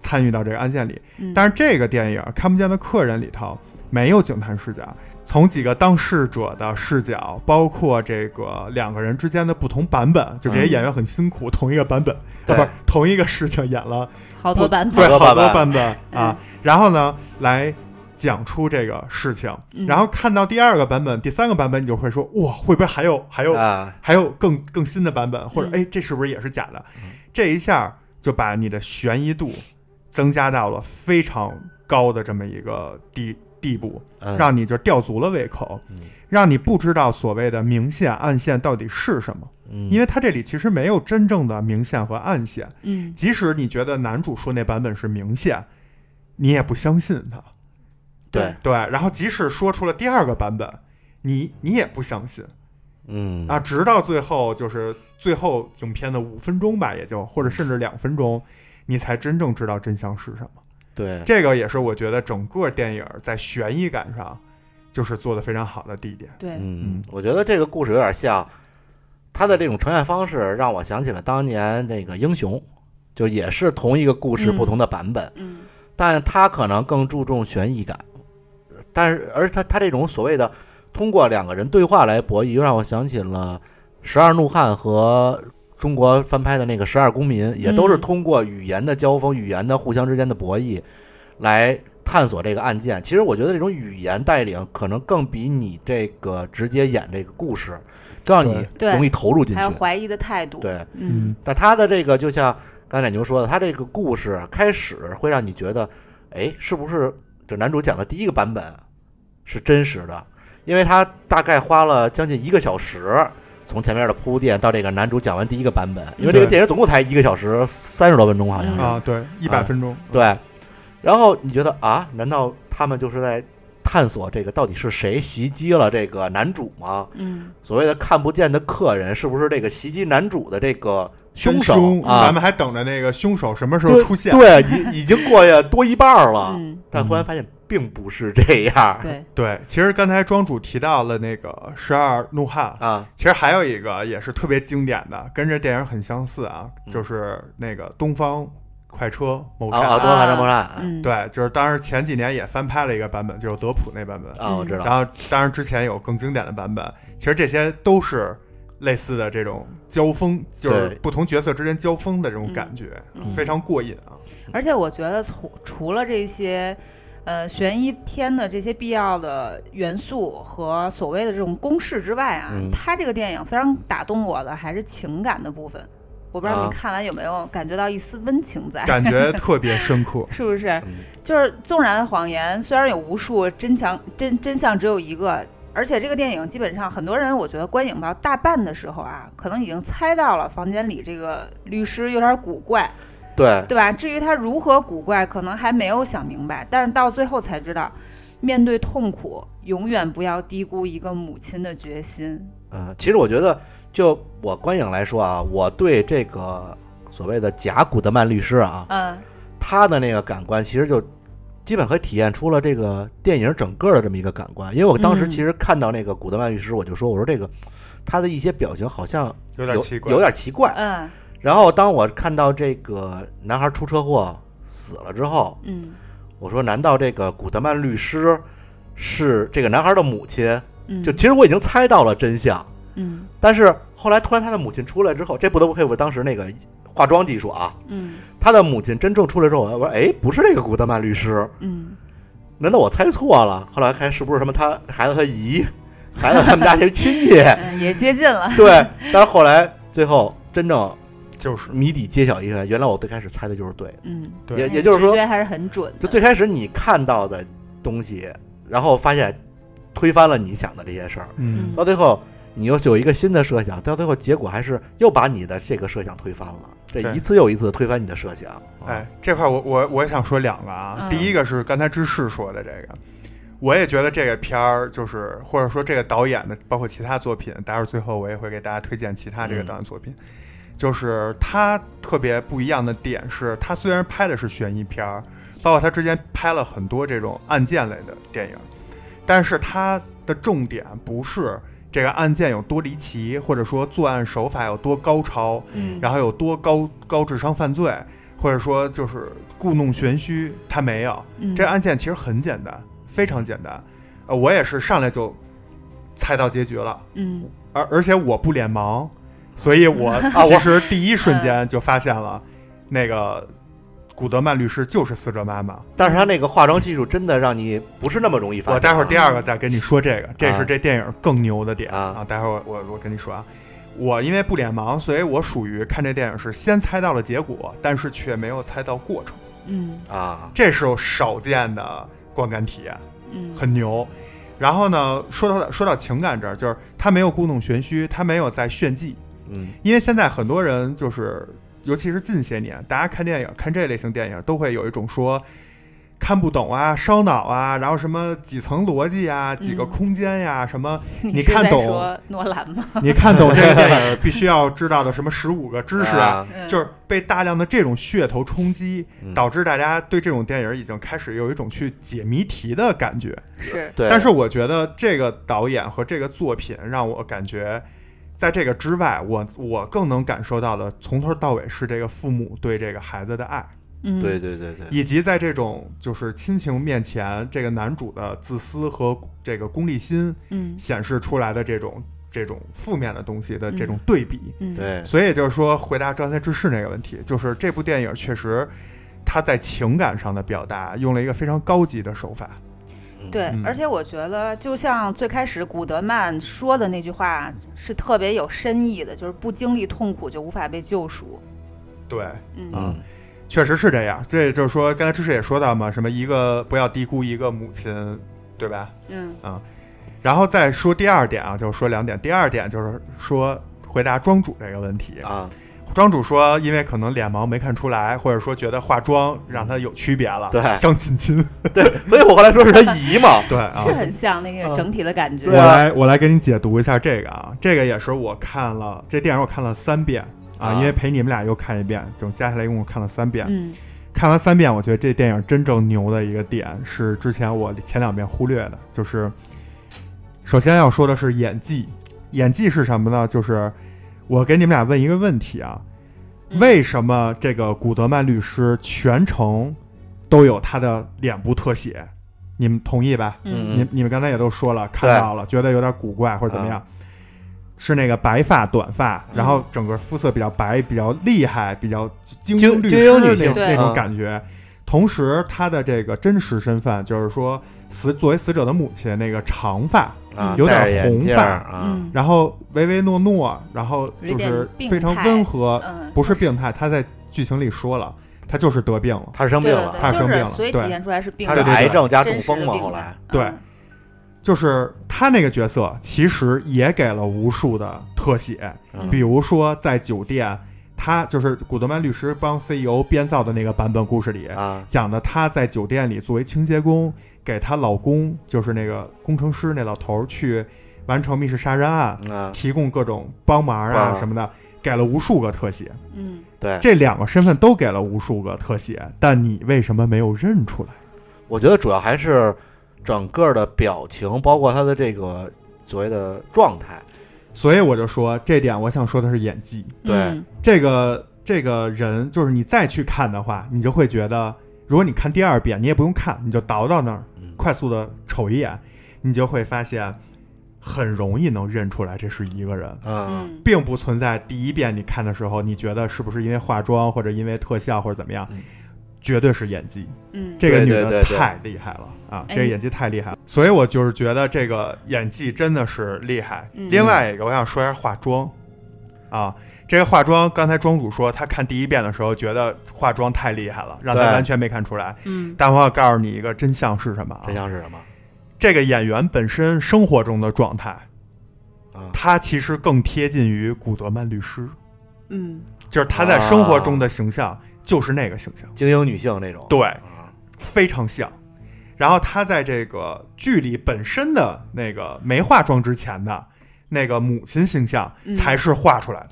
B: 参与到这个案件里。
A: 嗯，
B: 但是这个电影《看不见的客人》里头没有警探视角，从几个当事者的视角，包括这个两个人之间的不同版本，就这些
A: 嗯
B: 演员很辛苦，同一个版本，啊， 不
C: 对
B: 是同一个事情演了
A: 好多版
B: 对
A: 本，
C: 好多
B: 好
C: 版
B: 多
C: 本
B: 版本啊，然后呢来。讲出这个事情，
A: 嗯
B: 然后看到第二个版本、第三个版本，你就会说：哇，会不会还有还有
C: 啊，
B: 还有更更新的版本，或者
A: 嗯
B: 哎，这是不是也是假的？
C: 嗯
B: 这一下就把你的悬疑度增加到了非常高的这么一个地地步，
C: 嗯
B: 让你就吊足了胃口，
C: 嗯
B: 让你不知道所谓的明线暗线到底是什么，
C: 嗯
B: 因为它这里其实没有真正的明线和暗线，
A: 嗯
B: 即使你觉得男主说那版本是明线，你也不相信他。
C: 对，
B: 对，然后即使说出了第二个版本，你你也不相信。
C: 嗯
B: 啊，直到最后就是最后影片的五分钟吧，也就或者甚至两分钟，你才真正知道真相是什么。
C: 对，
B: 这个也是我觉得整个电影在悬疑感上就是做的非常好的地点。
A: 对，
C: 嗯，我觉得这个故事有点像他的这种呈现方式，让我想起了当年那个英雄，就也是同一个故事
A: 嗯
C: 不同的版本，
A: 嗯
C: 但他可能更注重悬疑感。但是，而他他这种所谓的通过两个人对话来博弈，又让我想起了《十二怒汉》和中国翻拍的那个《十二公民》，也都是
A: 嗯
C: 通过语言的交锋、语言的互相之间的博弈，来探索这个案件。其实我觉得这种语言带领可能更比你这个直接演这个故事，更让你
A: 对
C: 容易投入进
A: 还有
C: 去。
A: 怀疑的态度，
C: 对，
A: 嗯，
C: 但他的这个就像刚才奶牛说的，他这个故事开始会让你觉得，哎，是不是这男主讲的第一个版本是真实的？因为他大概花了将近一个小时，从前面的铺垫到这个男主讲完第一个版本，因为这个
B: 对
C: 电影总共才一个小时三十多分钟，好像是。
A: 嗯
B: 啊，对，一百分钟，
C: 对，然后你觉得啊，难道他们就是在探索这个到底是谁袭击了这个男主吗？
A: 嗯，
C: 所谓的看不见的客人，是不是这个袭击男主的这个
B: 真
C: 手啊？
B: 咱们还等着那个凶手什么时候
C: 对
B: 出现，
C: 对，已已经过去多一半儿了，
A: 嗯，
C: 但忽然发现并不是这样。
A: 对，
B: 对，其实刚才庄主提到了那个十二怒汉，
C: 啊，
B: 其实还有一个也是特别经典的，跟这电影很相似啊，
C: 嗯
B: 就是那个《东方快车谋
C: 啊
B: 杀
C: 啊，
B: 案》
C: 多汉山谋杀案
A: 嗯，
B: 对，就是当时前几年也翻拍了一个版本，就是德普那版本。
C: 啊，我知道。
B: 然后，当然之前有更经典的版本，其实这些都是类似的这种交锋，就是
C: 对
B: 不同角色之间交锋的这种感觉，
A: 嗯
B: 非常过瘾啊。
A: 而且我觉得除除了这些，呃，悬疑片的这些必要的元素和所谓的这种公式之外啊，
C: 嗯
A: 它这个电影非常打动我的还是情感的部分。我不知道
C: 啊
A: 你看完有没有感觉到一丝温情在，。
B: 感觉特别深刻
A: 是不是？
C: 嗯
A: 就是纵然谎言虽然有无数，真相真真相只有一个。而且这个电影基本上很多人，我觉得观影到大半的时候啊，可能已经猜到了房间里这个律师有点古怪，
C: 对，
A: 对吧？至于他如何古怪，可能还没有想明白，但是到最后才知道，面对痛苦，永远不要低估一个母亲的决心。
C: 嗯，其实我觉得，就我观影来说啊，我对这个所谓的假古德曼律师啊，
A: 嗯
C: 他的那个感官其实就基本可以体现出了这个电影整个的这么一个感官。因为我当时
A: 嗯
C: 其实看到那个古德曼律师，我就说，我说这个他的一些表情好像
B: 有点
C: 有
B: 奇怪
C: 有点奇怪。
A: 嗯
C: 然后当我看到这个男孩出车祸死了之后，
A: 嗯
C: 我说难道这个古德曼律师是这个男孩的母亲？
A: 嗯，
C: 就其实我已经猜到了真相，
A: 嗯
C: 但是后来突然他的母亲出来之后，这不得不佩服当时那个化妆技术啊。
A: 嗯
C: 他的母亲真正出来之后，我说哎，不是这个古德曼律师，
A: 嗯
C: 难道我猜错了？后来还是不是什么他孩子他姨，孩子他们家这亲戚？
A: 嗯，也接近了。
C: 对，但是后来最后真正
B: 就是
C: 谜底揭晓一下，原来我最开始猜的就是对的。
A: 嗯，
B: 对
C: 也也就是说
A: 直觉还是很准的。
C: 就最开始你看到的东西，然后发现推翻了你想的这些事儿，
B: 嗯，
C: 到最后你又有一个新的设想，到最后结果还是又把你的这个设想推翻了，这
B: 对
C: 一次又一次地推翻你的设想。啊
B: 哎，这块儿我我我也想说两个啊。
A: 嗯
B: 第一个是刚才芝士说的这个，我也觉得这个片儿就是或者说这个导演的，包括其他作品，待会儿最后我也会给大家推荐其他这个
C: 嗯
B: 导演作品。就是他特别不一样的点是，他虽然拍的是悬疑片儿，包括他之前拍了很多这种案件类的电影，但是他的重点不是这个案件有多离奇，或者说作案手法有多高超，
A: 嗯，
B: 然后有多高高智商犯罪，或者说就是故弄玄虚，他没有。
A: 嗯
B: 这案件其实很简单，非常简单。呃，我也是上来就猜到结局了，
A: 嗯
B: 而而且我不脸盲，所以我
C: 我
B: 其实第一瞬间就发现了，那个古德曼律师就是死者妈妈。
C: 但是他那个化妆技术真的让你不是那么容易发现啊。
B: 我待会儿第二个再跟你说这个，这是这电影更牛的点
C: 啊
B: 啊！待会儿我我我跟你说啊，我因为不脸盲，所以我属于看这电影是先猜到了结果，但是却没有猜到过程，
A: 嗯
C: 啊，
B: 这是我少见的观感体验，
A: 嗯，
B: 很牛。然后呢，说到说到情感这儿，就是他没有故弄玄虚，他没有在炫技，
C: 嗯
B: 因为现在很多人就是，尤其是近些年，大家看电影看这类型电影，都会有一种说看不懂啊、烧脑啊，然后什么几层逻辑啊、几个空间呀、什么你
A: 是
B: 看
A: 在
B: 懂
A: 说诺兰吗？
B: 你看懂这个电 影必须要知道的什么十五个知识啊，
C: 啊，
A: 嗯
B: 就是被大量的这种噱头冲击，
C: 嗯
B: 导致大家对这种电影已经开始有一种去解谜题的感觉。
A: 是
C: 对。
B: 但是我觉得这个导演和这个作品让我感觉，在这个之外，我我更能感受到的，从头到尾是这个父母对这个孩子的爱，
A: 嗯
C: 对对对对，
B: 以及在这种就是亲情面前，这个男主的自私和这个功利心
A: 嗯
B: 显示出来的这种这种负面的东西的这种
A: 嗯
B: 对比。
A: 嗯
C: 对
B: 所以就是说，回答刚才芝士那个问题，就是这部电影确实他在情感上的表达用了一个非常高级的手法。
A: 对，
B: 嗯
A: 而且我觉得，就像最开始古德曼说的那句话，是特别有深意的，就是不经历痛苦就无法被救赎。
B: 对，
A: 嗯，
C: 嗯
B: 确实是这样。这就是说，刚才知识也说到嘛，什么一个不要低估一个母亲，对吧？
A: 嗯
B: 然后再说第二点啊，就是说两点。第二点就是说回答庄主这个问题。
C: 啊，
B: 庄主说，因为可能脸盲没看出来，或者说觉得化妆让他有区别了，
C: 对
B: 像近亲。，
C: 所以我后来说是他姨嘛
B: 对啊，
A: 是很像那
B: 嗯
A: 个整体的感觉。
C: 对
B: 我
C: 啊
B: 来我来给你解读一下这个啊，这个也是我看了这电影我看了三遍啊，
C: 啊
B: 因为陪你们俩又看一遍，总加起来一共我看了三遍。
A: 嗯
B: 看完三遍，我觉得这电影真正牛的一个点是之前我前两遍忽略的，就是首先要说的是演技，演技是什么呢？就是我给你们俩问一个问题啊，
A: 嗯
B: 为什么这个古德曼律师全程都有他的脸部特写？你们同意吧？
A: 嗯
B: 你你们刚才也都说了，看到了，觉得有点古怪或者怎么样，
C: 嗯
B: 是那个白发短发，然后整个肤色比较白，比较厉害，比较精
C: 精
B: 英律
C: 精
B: 师
C: 英女
B: 那
C: 性
B: 种
A: 对
B: 那种
C: 嗯
B: 感觉。同时，她的这个真实身份就是说死作为死者的母亲，那个长发，
C: 啊，
B: 有点
C: 戴着眼
B: 红
C: 镜
B: 发
C: 儿啊，
A: 嗯
B: 然后唯唯诺诺，然后
A: 有
B: 就是
A: 点病
B: 非常
A: 态
B: 温和，
A: 嗯，
B: 不是病态。她在剧情里说了，她就是得病了。
C: 他是生
A: 对
C: 病
A: 对
C: 了，
A: 对，
B: 他是生
A: 就
B: 病
A: 是
B: 了
A: 所以体
B: 对
A: 现出来是病
C: 他
A: 态，
C: 是
B: 对对对
C: 癌症加中
A: 真实的
C: 风嘛，
A: 病
C: 后来
A: 态，
B: 对
A: 嗯
B: 就是他那个角色其实也给了无数的特写，
C: 嗯
B: 比如说在酒店，他就是古德曼律师帮 CEO 编造的那个版本故事里，
C: 啊，
B: 讲的她在酒店里作为清洁工，给她老公就是那个工程师那老头儿去完成密室杀人案，
C: 嗯，
B: 提供各种帮忙啊
C: 啊
B: 什么的，给了无数个特写。
A: 嗯，
C: 对，
B: 这两个身份都给了无数个特写，但你为什么没有认出来？
C: 我觉得主要还是整个的表情，包括他的这个所谓的状态，
B: 所以我就说这点，我想说的是演技。
C: 对
A: 嗯
B: 这个这个人，就是你再去看的话，你就会觉得，如果你看第二遍，你也不用看，你就倒到那儿，
C: 嗯
B: 快速的瞅一眼，你就会发现，很容易能认出来这是一个人，
C: 嗯
A: 嗯
B: 并不存在第一遍你看的时候，你觉得是不是因为化妆或者因为特效或者怎么样
C: 嗯，
B: 绝对是演技。
A: 嗯，
B: 这个女
C: 对
B: 的
C: 对对对
B: 太厉害了啊！
A: 哎
B: 这个演技太厉害了，所以我就是觉得这个演技真的是厉害。
A: 嗯
B: 另外一个，我想说一下化妆啊，这个化妆，刚才庄主说他看第一遍的时候觉得化妆太厉害了，让他
C: 对
B: 完全没看出来。
A: 嗯
B: 但我要告诉你一个真相是什么啊
C: 真？相是什么
B: 这个演员本身生活中的状态，
C: 啊？
B: 他其实更贴近于古德曼律师，
A: 嗯
B: 就是他
C: 啊
B: 在生活中的形象就是那个形象，
C: 精英女性那种，
B: 对
C: 啊，
B: 非常像。然后他在这个剧里本身的那个没化妆之前的那个母亲形象
A: 嗯
B: 才是画出来的。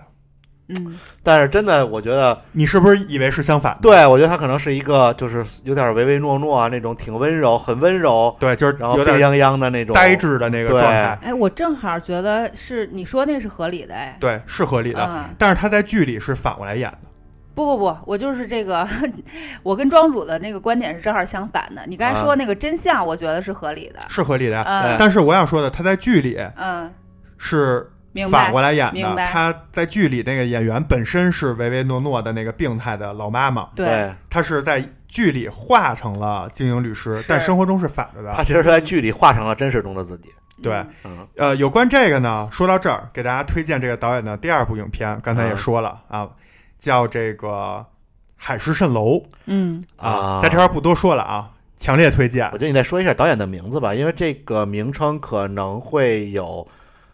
A: 嗯
C: 但是真的，我觉得，
B: 你是不是以为是相反的？
C: 对我觉得她可能是一个就是有点唯唯诺诺啊那种，挺温柔，很温柔，
B: 对，就是
C: 然后
B: 有
C: 病
B: 点
C: 殃殃的那种
B: 呆滞的那个状态。
A: 哎，我正好觉得是你说那是合理的，哎，
B: 对，是合理的。
A: 啊，
B: 但是他在剧里是反过来演的。
A: 不不不，我就是这个， 我跟庄主的那个观点是正好相反的。你刚才
C: 啊
A: 说那个真相，我觉得是合理的，
B: 是合理的呀。
A: 嗯
B: 但是我想说的，他在剧里
A: 嗯，
B: 是
A: 明白
B: 反过来演的
A: 明。白
B: 他在剧里那个演员本身是唯唯诺诺的那个病态的老妈妈，
A: 对，
C: 对，
B: 她是在剧里化成了精英律师，
A: 是
B: 但生活中是反着
C: 她
B: 的。
C: 其实是在剧里化成了真实中的自己，
B: 对
A: 嗯
C: 嗯
B: 呃，有关这个呢，说到这儿，给大家推荐这个导演的第二部影片，刚才也说了啊，叫这个《海市蜃楼》
A: 嗯
C: 啊
B: 在这儿不多说了啊，强烈推荐
C: 我。觉得你再说一下导演的名字吧，因为这个名称可能会有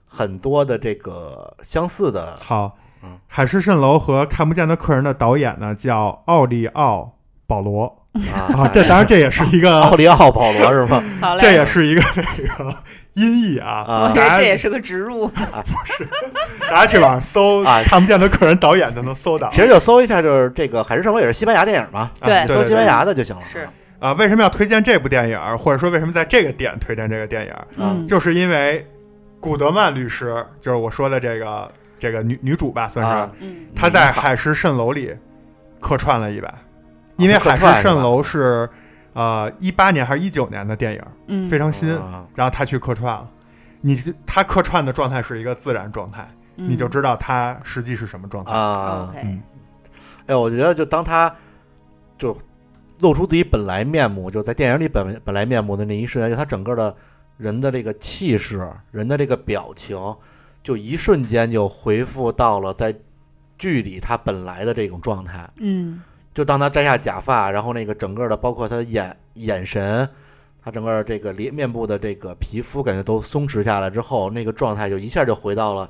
C: 很多的这个相似的
B: 好，
C: 嗯
B: 海市蜃楼》和《看不见的客人》的导演呢叫奥利奥·保罗啊，
C: 啊，
B: 这当然这也是一
C: 奥
B: 个，
C: 利奥保罗是吗？
A: 好嘞，
B: 这也是一个那个 音译啊，
A: 我
C: 啊
A: 觉得
B: 大家
A: 这也是个植入，
B: 大家去网上搜
C: 啊
B: 《看不见的客人》导演就能搜到。
C: 其实就搜一下，就是这个《海市蜃楼》也是西班牙电影嘛，
B: 啊
A: 对
C: 你搜西班牙的就行了。
A: 是，
B: 啊，为什么要推荐这部电影，或者说为什么在这个点推荐这个电影？
A: 嗯，
B: 就是因为古德曼律师，就是我说的这个这个女女主吧，算是、
C: 啊，
A: 嗯
B: 她在《海市蜃楼》里客串了一把，因为《
C: 啊客
B: 海市
C: 串是吧
B: 蜃楼》是呃一八年还是一九年的电影，
A: 嗯，
B: 非常新，
C: 啊
B: 然后她去客串了。你就她客串的状态是一个自然状态，
A: 嗯
B: 你就知道她
A: 哦
B: 实际是什么状态。
C: 啊！
A: OK，
C: 哎，我觉得就当他就露出自己本来面目，就在电影里本本来面目的那一瞬间，就他整个的人的这个气势、人的这个表情，就一瞬间就恢复到了在剧里他本来的这种状态。
A: 嗯
C: 就当他摘下假发，然后那个整个的，包括他的眼眼神，他整个这个脸面部的这个皮肤感觉都松弛下来之后，那个状态就一下就回到了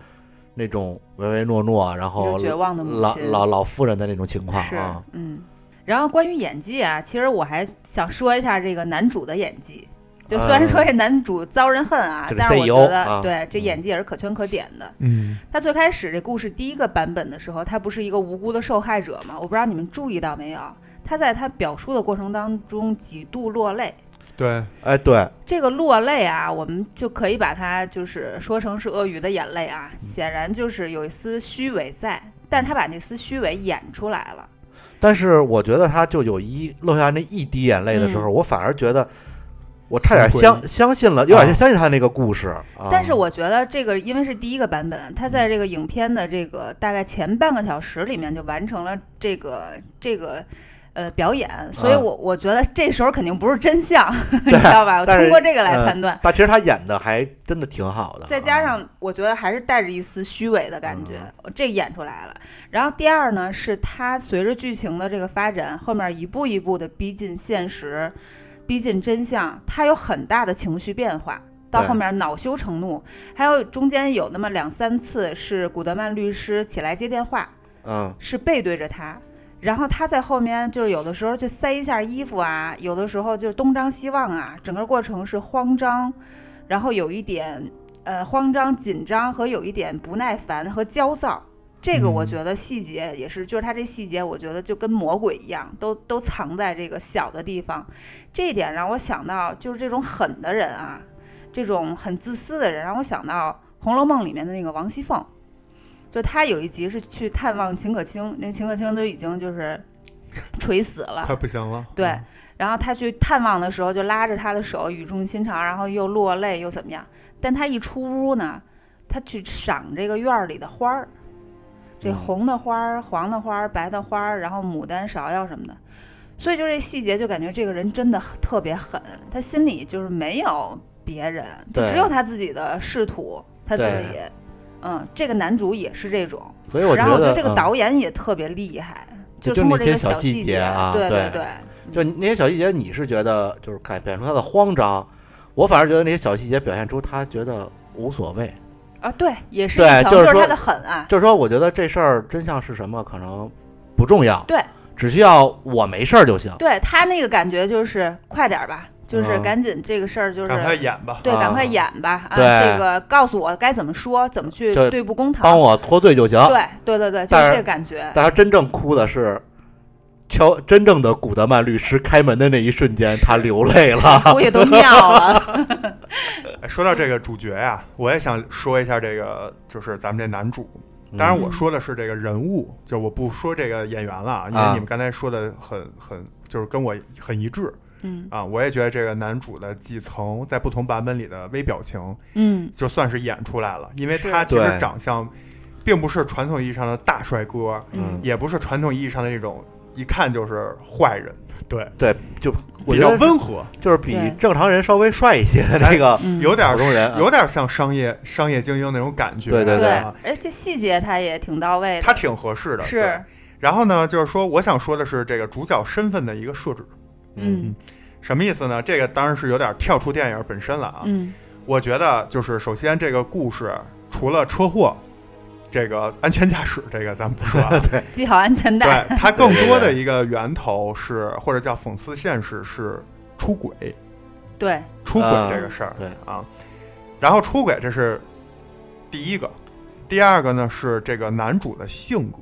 C: 那种唯唯诺诺，然后
A: 有绝望的母
C: 老
A: 亲
C: 老老妇人的那种情况
A: 是
C: 啊。
A: 嗯。然后关于演技啊，其实我还想说一下这个男主的演技。就虽然说这男主遭人恨啊，
C: 啊这个
A: 但是我
C: CEO
A: 觉得、
C: 啊
A: 对这
C: 嗯
A: 演技也是可圈可点的。
B: 嗯，
A: 他最开始这故事第一个版本的时候，他不是一个无辜的受害者吗？我不知道你们注意到没有，他在他表述的过程当中几度落泪。
B: 对，
A: 啊
C: 哎，对，
A: 这个落泪啊，我们就可以把它就是说成是鳄鱼的眼泪啊，显然就是有一丝虚伪在，但是他把那丝虚伪演出来了。
C: 但是我觉得他就有一落下那一滴眼泪的时候，我反而觉得我差点
B: 很诡
C: 相相信了，有点
B: 啊
C: 相信他那个故事。啊、
A: 但是我觉得这个因为是第一个版本，他在这个影片的这个大概前半个小时里面就完成了这个这个。呃，表演，所以
C: 啊
A: 我我觉得这时候肯定不是真相，你知道吧？我
C: 但是
A: 通过这个来
C: 呃
A: 判断。
C: 但其实他演的还真的挺好的，
A: 再加
C: 啊
A: 上我觉得还是带着一丝虚伪的感觉，
C: 嗯
A: 这演出来了。然后第二呢，是他随着剧情的这个发展，后面一步一步的逼近现实，逼近真相，他有很大的情绪变化。到
C: 对
A: 后面恼羞成怒，还有中间有那么两三次是古德曼律师起来接电话，
C: 嗯
A: 是背对着他，然后他在后面就是有的时候就塞一下衣服啊，有的时候就东张西望啊，整个过程是慌张，然后有一点呃慌张、紧张和有一点不耐烦和焦躁。这个
B: 嗯
A: 我觉得细节也是，就是他这细节，我觉得就跟魔鬼一样，都都藏在这个小的地方。这一点让我想到，就是这种狠的人啊，这种很自私的人，让我想到《红楼梦》里面的那个王熙凤。就他有一集是去探望秦可卿，那秦可卿都已经就是垂死了
B: 快，不行了。嗯
A: 对，然后他去探望的时候，就拉着他的手，语重心长，然后又落泪又怎么样？但他一出屋呢，他去赏这个院儿里的花儿，这
C: 嗯
A: 红的花儿、黄的花儿、白的花儿，然后牡丹、芍药什么的。所以就这细节，就感觉这个人真的很特别狠，他心里就是没有别人，就
C: 对
A: 只有他自己的仕途，他自
C: 对
A: 己。嗯，这个男主也是这种，
C: 所以我觉
A: 然后我觉
C: 得
A: 得这个
C: 嗯
A: 导演也特别厉害，
C: 就
A: 通过
C: 那
A: 这
C: 些
A: 个
C: 小细
A: 细
C: 节啊
A: 对
C: 对
A: 对，
C: 就那些小细节，你是觉得就是改表现出他的慌张，我反而觉得那些小细节表现出他觉得无所谓。
A: 啊，对，也是
C: 对
A: 一层，
C: 就是
A: 是
C: 说
A: 他的狠啊，
C: 就是说，我觉得这事儿真相是什么可能不重要，
A: 对，
C: 只需要我没事儿就行。
A: 对他那个感觉就是快点儿吧，就是
C: 嗯
A: 赶紧这个事儿就是
B: 赶快演吧。
A: 对，
C: 啊
A: 赶快演吧啊，
C: 对
A: 这个告诉我该怎么说，怎么去
C: 就
A: 对簿公堂，
C: 帮我脱罪就行。
A: 对对对对，就
C: 但
A: 是
C: 是
A: 这个感觉，
C: 但他真正哭的是乔真正的古德曼律师开门的那一瞬间，他流泪了。
A: 我也都尿了，
B: 哎说到这个主角呀、我也想说一下这个，就是咱们这男主。当
C: 嗯
B: 然，我说的是这个人物，就我不说这个演员了啊，因为
C: 啊
B: 你们刚才说的很很，就是跟我很一致
A: 嗯
B: 啊。我也觉得这个男主的几层在不同版本里的微表情，
A: 嗯，
B: 就算是演出来了，因为
A: 是
B: 他其实
C: 对
B: 长相并不是传统意义上的大帅哥，
A: 嗯
B: 也不是传统意义上的那种一看就是坏人，对，
C: 对，就嗯我
B: 比
C: 觉
B: 较
C: 得
B: 温和，
C: 就是比
A: 对
C: 正常人稍微帅一些的这个，
A: 嗯
B: 有点
C: 普通人啊
B: 有点像商业商业精英那种感觉，
C: 对对
A: 对
B: 啊，
A: 而且细节他也挺到位
B: 他
A: 的，
B: 挺合适的，对
A: 是，
B: 然后呢，就是说，我想说的是这个主角身份的一个设置，
A: 嗯
B: 什么意思呢？这个当然是有点跳出电影本身了啊。
A: 嗯
B: 我觉得就是首先这个故事除了车祸，这个安全驾驶这个咱们不说啊，
A: 系好安全带，
B: 对它更多
C: 对对
B: 的一个源头是或者叫讽刺现实是出轨，
A: 对，
B: 出轨
C: 啊
B: 这个事儿、
C: 对
B: 啊。然后出轨这是第一个，第二个呢是这个男主的性格。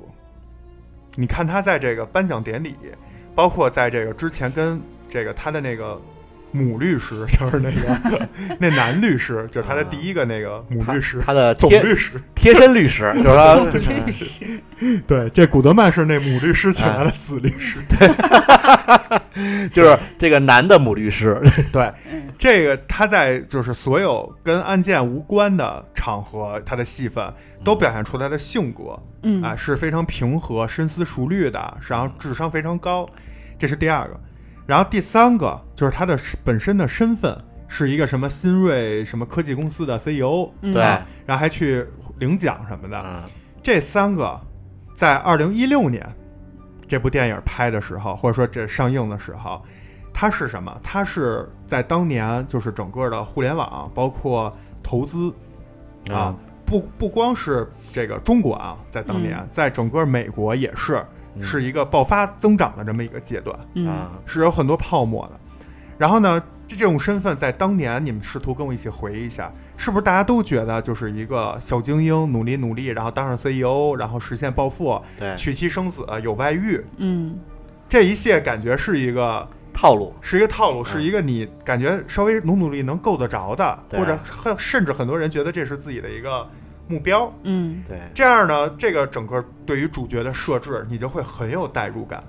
B: 你看他在这个颁奖典礼，包括在这个之前跟这个他的那个母律师， 就是那个那男律师，就是他的第一个那个母
C: 啊他
B: 律师。
C: 他的
B: 总
C: 贴
B: 律师，
C: 贴身律师，就是 说
B: 对，这古德曼是那母律师请来的
C: 啊
B: 子律师，
C: 就是这个男的母律师，
B: 对，
A: 嗯
B: 这个他在就是所有跟案件无关的场合，他的戏份都表现出他的性格
A: 嗯
B: 啊、是非常平和、深思熟虑的，然后智商非常高，这是第二个。然后第三个就是他的本身的身份是一个什么新锐什么科技公司的 CEO，
A: 嗯
C: 对，
B: 然后还去领奖什么的。
C: 嗯
B: 这三个在二零一六年这部电影拍的时候，或者说这上映的时候，它是什么？它是在当年就是整个的互联网，包括投资啊，不不光是这个中国啊，在当年，在整个美国也是
C: 嗯
B: 是一个爆发增长的这么一个阶段，
A: 嗯
C: 啊，
B: 是有很多泡沫的。然后呢，这这种身份在当年，你们试图跟我一起回忆一下，是不是大家都觉得就是一个小精英，努力努力，然后当上 CEO，然后实现暴富，
C: 对，
B: 娶妻生子，有外遇，
A: 嗯
B: 这一切感觉是一个
C: 套路，
B: 是一个套路，是一个你感觉稍微努努力能够得着的，
C: 对
B: 或者很甚至很多人觉得这是自己的一个目标。
A: 嗯
C: 对，
B: 这样呢，这个整个对于主角的设置，你就会很有代入感。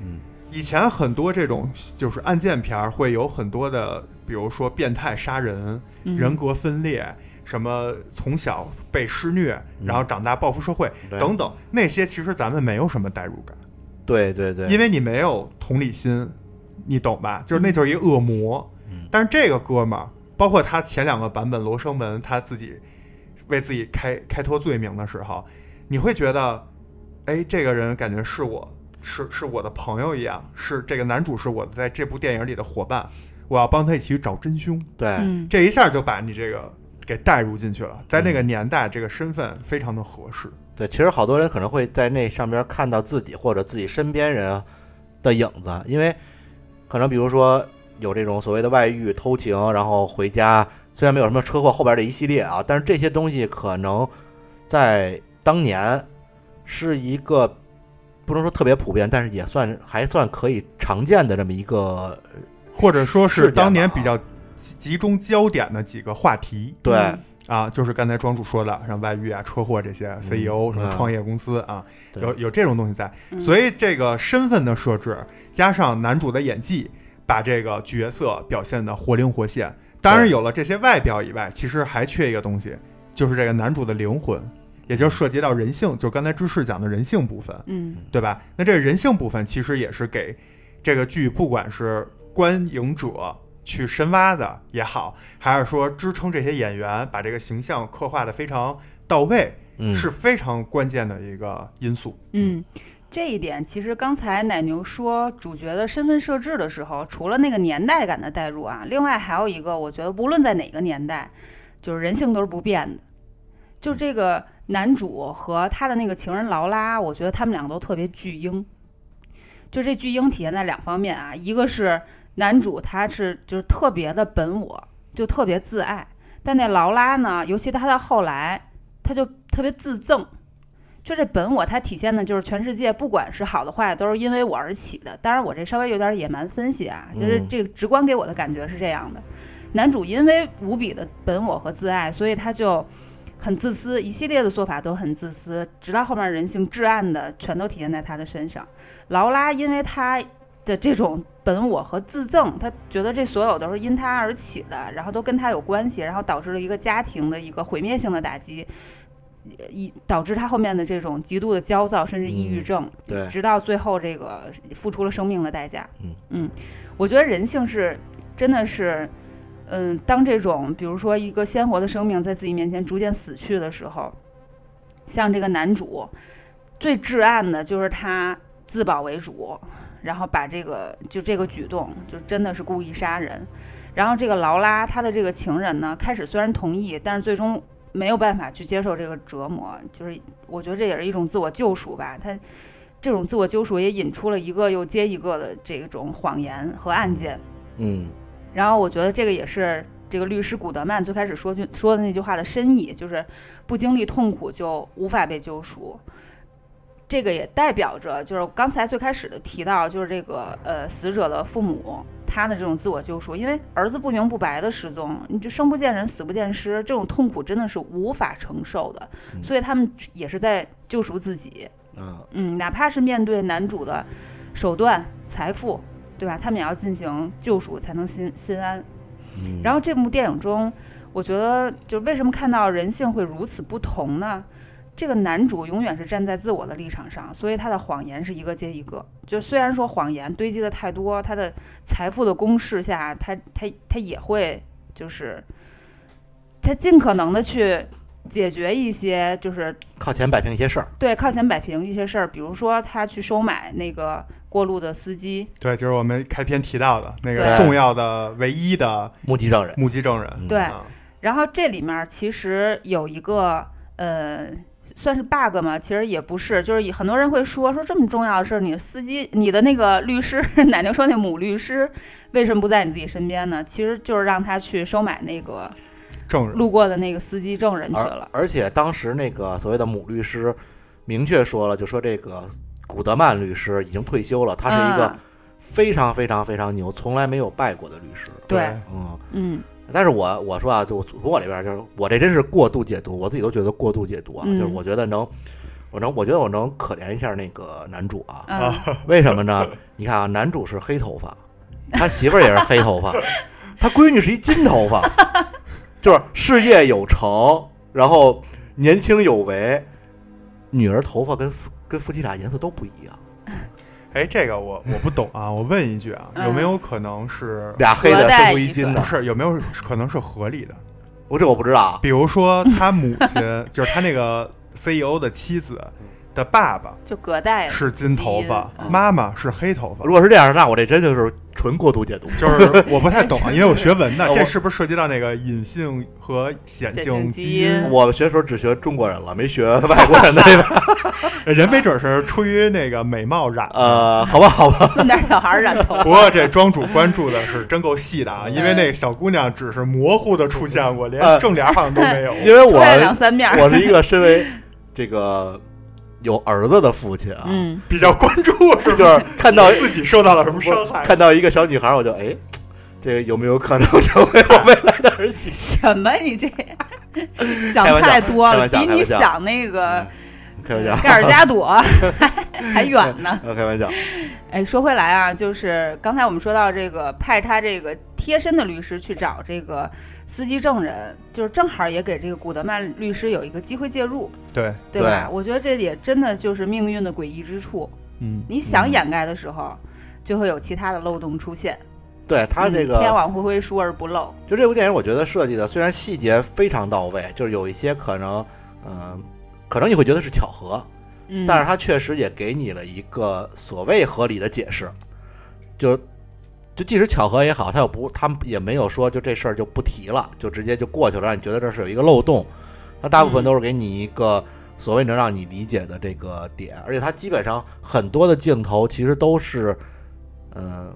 C: 嗯，
B: 以前很多这种就是案件片儿会有很多的，比如说变态杀人、
A: 嗯，
B: 人格分裂，什么从小被施虐，然后长大报复社会
C: 对
B: 等等，那些其实咱们没有什么代入感。
C: 对对对，
B: 因
C: 为
B: 为你没有同理心，你懂吧？就是那就是一个恶魔。
C: 嗯
B: 但是这个哥们儿，包括他前两个版本罗生门，他自己为自己开开脱罪名的时候，你会觉得，哎，这个人感觉是我是是我的朋友一样，是这个男主是我在这部电影里的伙伴，我要帮他一起去找真凶。
C: 对
A: 嗯
B: 这一下就把你这个给带入进去了，在
C: 嗯
B: 那个年代，这个身份非常的合适。
C: 对，其实好多人可能会在那上边看到自己或者自己身边人的影子，因为可能比如说有这种所谓的外遇、偷情，然后回家，虽然没有什么车祸后边这一系列啊，但是这些东西可能在当年是一个不能说特别普遍，但是也算还算可以常见的这么一个
B: 或者说
C: 是
B: 是
C: 这样
B: 当年
C: 吧
B: 比较集集中焦点的几个话题
C: 对、
A: 嗯
B: 啊，就是刚才庄主说的，像外遇啊、车祸这些，CEO 什么
C: 嗯
B: 创业公司啊，
C: 对
B: 有有这种东西在，
A: 嗯
B: 所以这个身份的设置加上男主的演技，把这个角色表现的活灵活现。当然，
C: 对
B: 有了这些外表以外，其实还缺一个东西，就是这个男主的灵魂，也就是涉及到人性，就是刚才芝士讲的人性部分。
A: 嗯
B: 对吧？那这个人性部分其实也是给这个剧，不管是观影者去深挖的也好，还是说支撑这些演员把这个形象刻画的非常到位，
C: 嗯
B: 是非常关键的一个因素。
A: 嗯，这一点其实刚才奶牛说主角的身份设置的时候，除了那个年代感的代入啊，另外还有一个，我觉得不论在哪个年代，就是人性都是不变的。就这个男主和他的那个情人劳拉，我觉得他们两个都特别巨婴。就这巨婴体现在两方面啊，一个是男主他是就是特别的本我，就特别自爱，但那劳拉呢，尤其他到后来，他就特别自憎，就这本我，它体现的就是全世界不管是好的坏的，都是因为我而起的。当然，我这稍微有点野蛮分析啊，就是
C: 嗯
A: 这个直观给我的感觉是这样的。男主因为无比的本我和自爱，所以他就很自私，一系列的做法都很自私，直到后面人性至暗的全都体现在他的身上。劳拉因为他的这种本我和自憎，他觉得这所有都是因他而起的，然后都跟他有关系，然后导致了一个家庭的一个毁灭性的打击，呃一导致他后面的这种极度的焦躁，甚至抑郁症，
C: 对
A: 直到最后这个付出了生命的代价。
C: 嗯
A: 我觉得人性是真的是。嗯，当这种比如说一个鲜活的生命在自己面前逐渐死去的时候，像这个男主，最至暗的就是他自保为主，然后把这个就这个举动就真的是故意杀人。然后这个劳拉她的这个情人呢，开始虽然同意，但是最终没有办法去接受这个折磨，就是我觉得这也是一种自我救赎吧。他这种自我救赎也引出了一个又接一个的这种谎言和案件。
C: 嗯
A: 然后我觉得这个也是这个律师古德曼最开始说句说的那句话的深意，就是不经历痛苦就无法被救赎。这个也代表着，就是刚才最开始的提到，就是这个呃死者的父母他的这种自我救赎，因为儿子不明不白的失踪，你就生不见人死不见尸，这种痛苦真的是无法承受的，
C: 嗯
A: 所以他们也是在救赎自己。
C: 嗯
A: 嗯，哪怕是面对男主的手段、财富，对吧？他们也要进行救赎，才能心心安。
C: 嗯，
A: 然后这部电影中，我觉得就是为什么看到人性会如此不同呢？这个男主永远是站在自我的立场上，所以他的谎言是一个接一个。就虽然说谎言堆积的太多，他的财富的公式下，他他他也会就是他尽可能的去解决一些就是
C: 靠钱摆平一些事儿，
A: 对靠钱摆平一些事儿，比如说他去收买那个过路的司机，
B: 对，就是我们开篇提到的那个
A: 对
B: 重要的、唯一的
C: 目击证人。
B: 目击证人。
C: 嗯
A: 对
B: 啊
A: 然后这里面儿其实有一个呃，算是 bug 嘛，其实也不是，就是以很多人会说说这么重要的事儿，你的司机、你的那个律师， 奶牛说那母律师为什么不在你自己身边呢？其实就是让他去收买那个
B: 证人
A: 路过的那个司机证人去
C: 而
A: 了。
C: 而且当时那个所谓的母律师明确说了，就说这个古德曼律师已经退休了，他是一个
A: 嗯
C: 非常非常非常牛，从来没有败过的律师。
A: 对，
C: 嗯，
A: 嗯
C: 但是我我说啊，就从我里边就是我这真是过度解读，我自己都觉得过度解读啊，
A: 嗯
C: 就是我觉得能，我能，我觉得我能可怜一下那个男主 啊，
A: 嗯，
C: 为什么呢？ 你看啊，男主是黑头发，他媳妇儿也是黑头发，他闺女是一金头发，就是事业有成，然后年轻有为，女儿头发跟夫跟夫妻俩颜色都不一样，
B: 哎，这个我我不懂啊，我问一句啊，
A: 嗯
B: 有没有可能是
C: 俩黑的
A: 隔代
C: 生出一
A: 遗
C: 金
A: 传
B: 不
C: 的，
B: 是有没有可能是合理的？
C: 我这我不知道啊。
B: 比如说他母亲就是他那个 CEO 的妻子的爸爸
A: 就隔代了
B: 是金头发
A: 嗯基，
C: 因啊
B: 妈妈是黑头发
C: 如。果是这样，那我这真就是纯过度解读。
B: 就是我不太懂啊，因为我学文的，
C: 我
B: 这是不是涉及到那个隐性和显
A: 显性
B: 性
A: 基
B: 基因
A: 因？
C: 我学的时候只学中国人了，没学外国人的这个。
B: 人没准是出于那个美貌染的。
C: 呃，好吧，好吧，
A: 弄点小孩儿染头
B: 不过这庄主关注的是真够细的
C: 哎
B: 啊，因为那个小姑娘只是模糊的出现过，连
C: 呃
B: 正脸好像都没有。
C: 因为
A: 出
C: 我
A: 来两三面儿。
C: 我是一个身为这个有儿子的父亲啊，
A: 嗯，
B: 比较关 注是
C: 就
B: 吧？
C: 是看 到
B: 自己受到了什么伤
C: 我
B: 害？
C: 看到一个小女孩，我就哎，这个有没有可能成为我未来的儿媳？
A: 什么你这想
C: 开玩笑
A: 太多
C: 开
A: 了，
C: 玩笑
A: 比
C: 开
A: 你
C: 玩笑
A: 想那
C: 嗯
A: 个
C: 开玩笑，
A: 盖尔加朵还还远呢。
C: 开玩笑，
A: 哎，说回来啊，就是刚才我们说到这个派他这个贴身的律师去找这个司机证人，就是正好也给这个古德曼律师有一个机会介入，
B: 对，
A: 对吧？我觉得这也真的就是命运的诡异之处，
B: 嗯，
A: 你想掩盖的时候，就会有其他的漏洞出现。
C: 对他这
A: 嗯天
C: 个，
A: 网恢恢，疏而不漏。
C: 就这部电影，我觉得设计的虽然细节非常到位，就是有一些可能，嗯，可能你会觉得是巧合，
A: 嗯，
C: 但是它确实也给你了一个所谓合理的解释，就就即使巧合也好，它又不，他们也没有说就这事儿就不提了，就直接就过去了，让你觉得这是有一个漏洞。那大部分
A: 嗯
C: 都是给你一个所谓能让你理解的这个点，而且它基本上很多的镜头其实都是，嗯、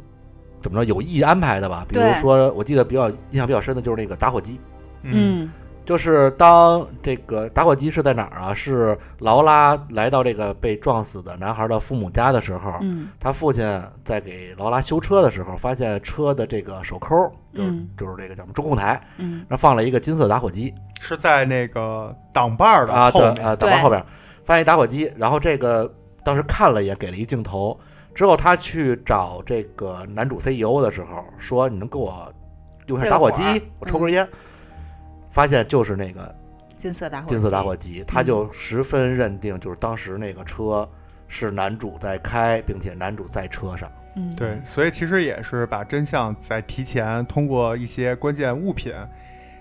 C: 怎么着有意安排的吧？比如
A: 对
C: 说，我记得比较印象比较深的就是那个打火机，
B: 嗯
A: 嗯
C: 就是当这个打火机是在哪儿啊？是劳拉来到这个被撞死的男孩的父母家的时候，
A: 嗯
C: 他父亲在给劳拉修车的时候，发现车的这个手抠，就是、
A: 嗯
C: 就是这个叫什么中控台，
A: 嗯
C: 那放了一个金色打火机
B: 是在那个挡把儿的
C: 啊，
B: 后
C: 对
B: 面。
A: 嗯
C: 啊，挡
A: 对
C: 到后边发现一打火机，然后这个当时看了也给了一镜头。之后他去找这个男主 CEO 的时候，说你能给我用下
A: 借个
C: 打火
A: 火啊
C: 机
A: 儿，
C: 我抽根烟。发现就是那个
A: 金色打火，
C: 金色打火，机，他
A: 嗯
C: 就十分认定就是当时那个车是男主在开，并且男主在车上。
A: 嗯，
B: 对，所以其实也是把真相在提前通过一些关键物品，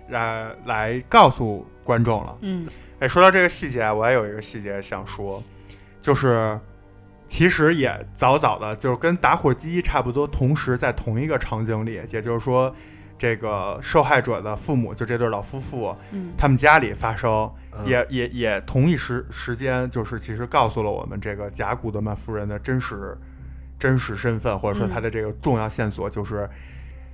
B: 来来告诉观众了。
A: 嗯
B: 哎，说到这个细节啊，我还有一个细节想说，就是其实也早早的，就是跟打火机差不多，同时在同一个场景里，也就是说，这个受害者的父母，就这对老夫妇，
A: 嗯
B: 他们家里发生，
C: 嗯
B: 也也也同一时时间，就是其实告诉了我们这个贾古德曼夫人的真实真实身份，或者说
A: 嗯
B: 她的这个重要线索，就是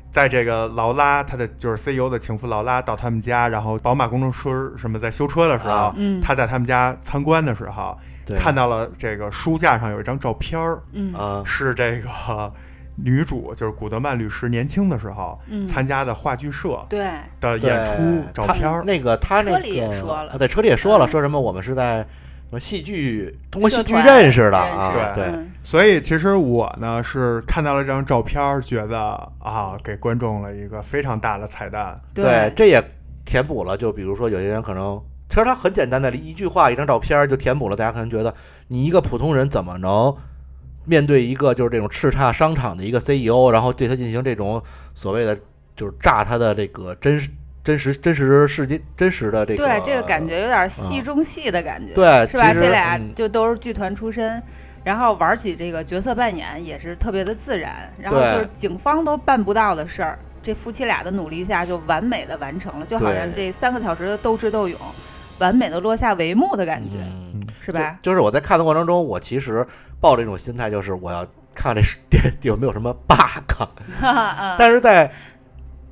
B: 在这个劳拉，她的就是 CEO 的情夫劳拉到他们家，然后宝马工程师什么在修车的时候
C: 啊，
A: 嗯
B: 她在他们家参观的时候，
C: 对，
B: 看到了这个书架上有一张照片儿，
A: 嗯
C: 啊，
B: 是这个女主就是古德曼律师年轻的时候
A: 嗯
B: 参加的话剧社
A: 对，
B: 的
C: 对
B: 演出照
C: 他
B: 片儿。
C: 那个他那
A: 车
C: 个
A: 里也说了
C: 啊对，车里也说了，
A: 嗯
C: 说什么我们是在什么戏剧通过戏
A: 社
C: 剧
A: 团
C: 认识的啊，
B: 认识
C: 对，
A: 嗯
B: 所以其实我呢是看到了这张照片儿，觉得啊，给观众了一个非常大的彩蛋。
C: 对，这也填补了，就比如说有些人可能。其实它很简单的一句话、一张照片就填补了。大家可能觉得你一个普通人怎么能面对一个就是这种叱咤商场的一个 CEO，然后对他进行这种所谓的就是炸他的这个真实、真实、真实世界、真实的这个嗯
A: 对，这个感觉有点戏中戏的感觉，
C: 对
A: 是吧？
C: 其实
A: 这俩
C: 嗯
A: 就都是剧团出身，然后玩起这个角色扮演也是特别的自然，然后
C: 对
A: 就是警方都办不到的事儿，这夫妻俩的努力下就完美的完成了，就好像这
C: 对
A: 三个小时的斗智斗勇，完美的落下帷幕的感觉，
C: 嗯
A: 是 吧？
C: 就就是我在看的过程中，我其实抱着一种心态，就是我要看这是电 有没有什么 bug。
A: 嗯，
C: 但是在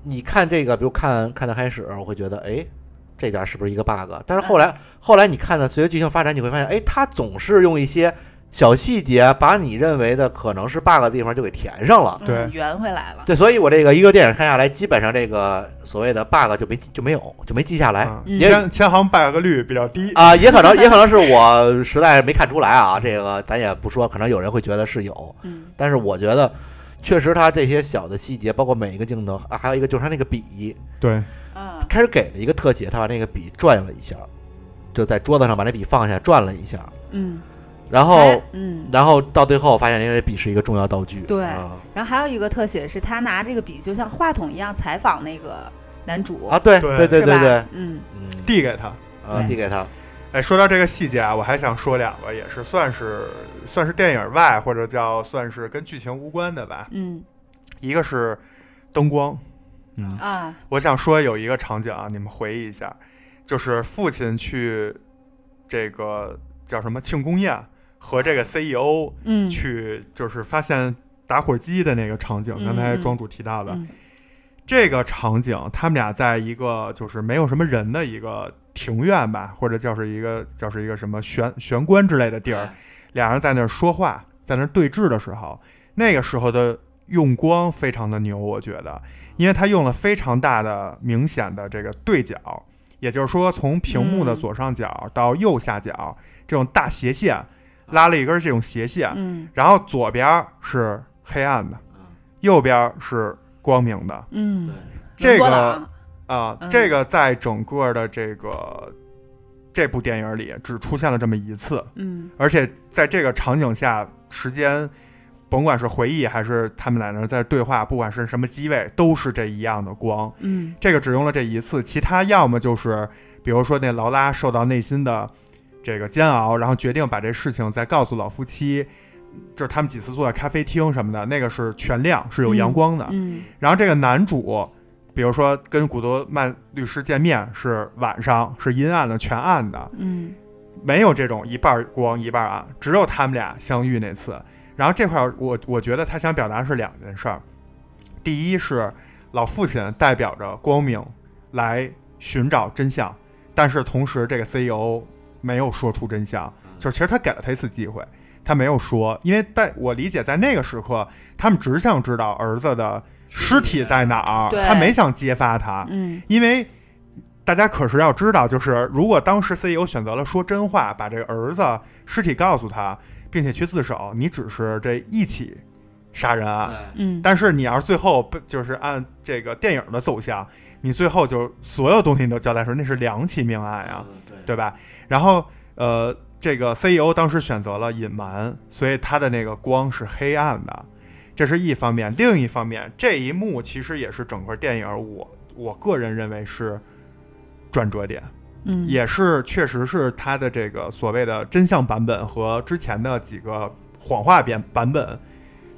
C: 你看这个，比如看看到开始，我会觉得，哎，这点是不是一个 bug？但是后
A: 嗯
C: 来后来你看呢，随着剧情发展，你会发现，哎，它总是用一些小细节把你认为的可能是 bug 的地方就给填上了。
A: 嗯
B: 对
A: 圆回来了，
C: 对，所以我这个一个电影看下来，基本上这个所谓的 bug 就没就没有就没记下来
B: 啊，
A: 嗯
C: 也
B: 千千行 bug 率比较低，
C: 啊，也可能也可能是我实在没看出来啊，这个咱也不说，可能有人会觉得是有，
A: 嗯，
C: 但是我觉得确实它这些小的细节，包括每一个镜头，啊还有一个就是它那个笔，
B: 对，
A: 嗯，
C: 开始给了一个特写，他把那个笔转了一下，就在桌子上把那笔放下转了一下，
A: 嗯，
C: 然
A: 还
C: 后
A: 嗯。
C: 然后到最后发现，因为笔是一个重要道具，
A: 对
C: 啊
A: 然后还有一个特写是他拿这个笔，就像话筒一样采访那个男主
C: 啊，，对
B: 对
C: 对对
A: 是
C: 对
A: 吧
C: 对，
A: 嗯，
C: 嗯，
B: 递给他。
C: 啊递给他，
B: 哎，说到这个细节啊，我还想说两个，也是算是算是电影外，或者叫算是跟剧情无关的吧。
A: 嗯
B: 一个是灯光，
F: 嗯，
A: 啊，
B: 我想说有一个场景啊，你们回忆一下，就是父亲去这个叫什么庆功宴和这个 CEO
A: 嗯，
B: 去，就是发现打火机的那个场景。
A: 嗯
B: 刚才
A: 嗯
B: 庄主提到的、
A: 嗯
B: 这个场景，他们俩在一个就是没有什么人的一个庭院吧，或者叫是一个叫是一个什么玄玄关之类的地儿，俩人在那儿说话，在那儿对峙的时候，那个时候的用光非常的牛，我觉得，因为他用了非常大的明显的这个对角，也就是说从屏幕的
A: 嗯
B: 左上角到右下角、这种大斜线，拉了一根这种斜线，
A: 嗯
B: 然后左边是黑暗的，右边是光明的。
A: 嗯，
B: 这
A: 伦勃
B: 个
A: 朗
B: 啊、
A: 嗯
B: 这个在整个的这个这部电影里只出现了这么一次，
A: 嗯
B: 而且在这个场景下，时间甭管是回忆还是他们俩人在对话，不管是什么机位，都是这一样的光。
A: 嗯
B: 这个只用了这一次，其他要么就是比如说那劳拉受到内心的这个煎熬，然后决定把这事情再告诉老夫妻。就是他们几次坐在咖啡厅什么的，那个是全亮，是有阳光的。
A: 嗯
B: 然后这个男主，比如说跟古德曼律师见面是晚上，是阴暗的，全暗的，
A: 嗯
B: 没有这种一半光一半暗，只有他们俩相遇那次。然后这块儿我我觉得他想表达是两件事儿，第一是老父亲代表着光明来寻找真相，但是同时这个 CEO 没有说出真相，就是其实他给了他一次机会，他没有说，因为在我理解在那个时刻，他们只想知道儿子的尸体在哪
A: 对
B: 儿，他没想揭发他，
A: 嗯
B: 因为大家可是要知道，就是如果当时 CEO 选择了说真话，把这个儿子尸体告诉他，并且去自首，你只是这一起杀人案。
A: 嗯，
B: 但是你要是最后被就是按这个电影的走向，你最后就所有东西你都交代出来，那是两起命案
C: 嗯
B: 啊，对吧？然后呃，这个 CEO 当时选择了隐瞒，所以他的那个光是黑暗的，这是一方面。另一方面，这一幕其实也是整个电影我我个人认为是转折点，
A: 嗯
B: 也是确实是他的这个所谓的真相版本和之前的几个谎话版版本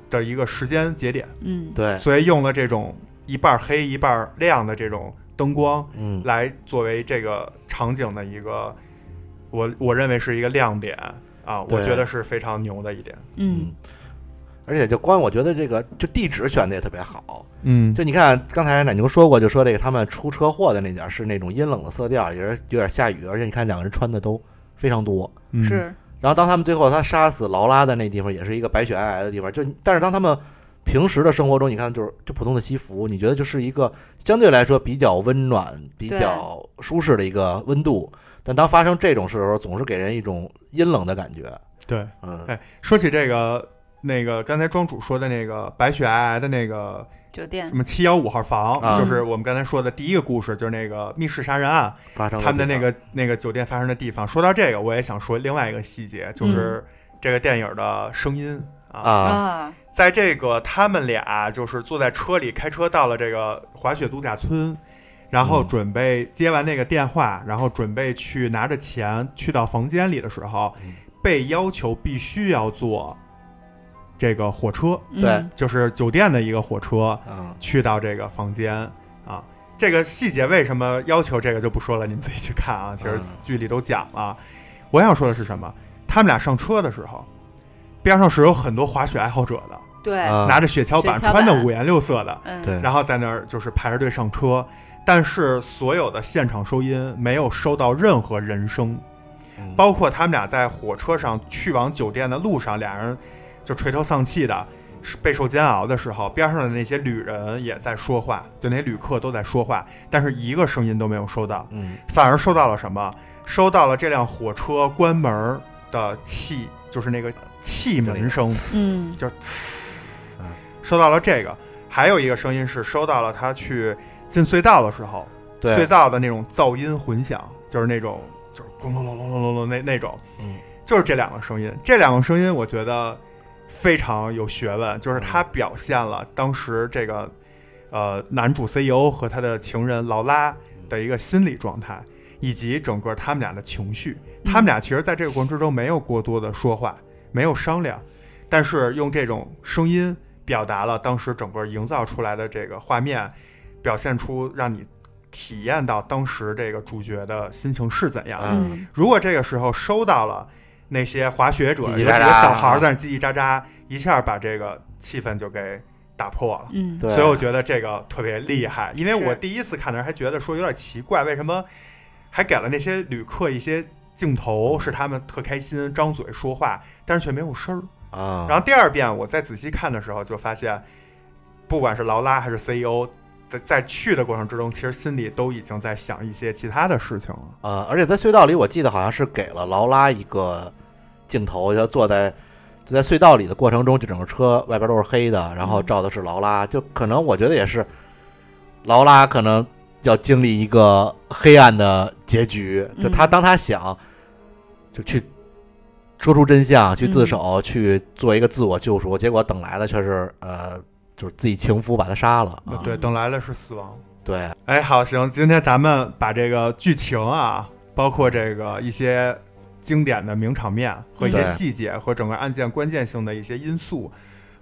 B: 的一个时间节点，
A: 嗯
C: 对，
B: 所以用了这种一半黑一半亮的这种灯光。
C: 嗯，
B: 来作为这个场景的一个，我我认为是一个亮点啊，
C: 对
B: 我觉得是非常牛的一点。
A: 嗯
C: 而且就光我觉得这个就地址选的也特别好，
B: 嗯
C: 就你看刚才奶牛说过，就说这个他们出车祸的那点儿是那种阴冷的色调，也是有点下雨，而且你看两个人穿的都非常多。
B: 嗯
A: 是
C: 然后当他们最后他杀死劳拉的那地方，也是一个白雪皑皑的地方。就但是当他们平时的生活中，你看就是就普通的西服，你觉得就是一个相对来说比较温暖、比较舒适的一个温度。但当发生这种事的时候，总是给人一种阴冷的感觉。
B: 对。
C: 嗯，
B: 哎，说起这个那个刚才庄主说的那个白雪皑皑的那个
A: 酒店
B: 什，么七幺五号房，
C: 嗯啊
B: 就是我们刚才说的第一个故事，就是那个密室杀人案，
C: 发生
B: 他们的
C: 地
B: 那
C: 方
B: 个那个酒店发生的地方。说到这个，我也想说另外一个细节，就是这个电影的声音啊。
C: 嗯啊
A: 啊，
B: 在这个他们俩就是坐在车里开车到了这个滑雪度假村，然后准备接完那个电话，然后准备去拿着钱去到房间里的时候，被要求必须要坐这个火车，
A: 嗯
C: 对
B: 就是酒店的一个火车，
C: 嗯，
B: 去到这个房间啊。这个细节为什么要求这个就不说了，你们自己去看啊。其实
C: 嗯
B: 剧里都讲了。我想说的是什么？他们俩上车的时候，边上是有很多滑雪爱好者的，
A: 对，
C: 啊
B: 拿着雪橇板，
A: 雪橇板
B: 穿的五颜六色的，
A: 嗯，
C: 对，
B: 然后在那儿就是排着队上车。但是所有的现场收音没有收到任何人声，
C: 嗯
B: 包括他们俩在火车上去往酒店的路上，俩人就垂头丧气的，是备受煎熬的时候，边上的那些旅人也在说话，就那些旅客都在说话，但是一个声音都没有收到，
C: 嗯
B: 反而收到了什么？收到了这辆火车关门的气，就是那个气门声，
A: 嗯，
B: 就是呲收到了这个。还有一个声音是收到了他去进隧道的时候，
C: 对
B: 隧道的那种噪音混响，就是那种就是咣隆隆隆隆隆隆那那种，
C: 嗯
B: 就是这两个声音，这两个声音我觉得非常有学问，就是它表现了当时这个呃男主 CEO 和他的情人劳拉的一个心理状态，以及整个他们俩的情绪。
C: 嗯
B: 他们俩其实在这个过程之中没有过多的说话，没有商量，但是用这种声音表达了当时整个营造出来的这个画面，表现出让你体验到当时这个主角的心情是怎样的。
A: 嗯
B: 如果这个时候收到了那些滑雪者，
C: 叽叽
B: 有几
C: 喳喳啊
B: 个小孩儿在那叽叽喳喳，一下把这个气氛就给打破了。
A: 嗯，
C: 对，
B: 所以我觉得这个特别厉害，因为
A: 是
B: 我第一次看的时候还觉得说有点奇怪，为什么还给了那些旅客一些镜
C: 嗯
B: 头，是他们特开心张嘴说话，但是却没有声儿。
C: 啊，
B: 然后第二遍我再仔细看的时候，就发现，不管是劳拉还是 CEO，在在去的过程之中，其实心里都已经在想一些其他的事情了。
C: 呃，而且在隧道里，我记得好像是给了劳拉一个镜头，就坐在就在隧道里的过程中，就整个车外边都是黑的，然后照的是劳拉，就可能我觉得也是劳拉可能要经历一个黑暗的结局，就他
A: 嗯
C: 当他想就去说出真相，去自首，去做一个自我救赎，结果等来的却是呃，就是自己情夫把他杀了，啊、
B: 呃对，等来的是死亡。
C: 对，
B: 哎，好，行，今天咱们把这个剧情啊，包括这个一些经典的名场面和一些
C: 嗯对
B: 细节和整个案件关键性的一些因素，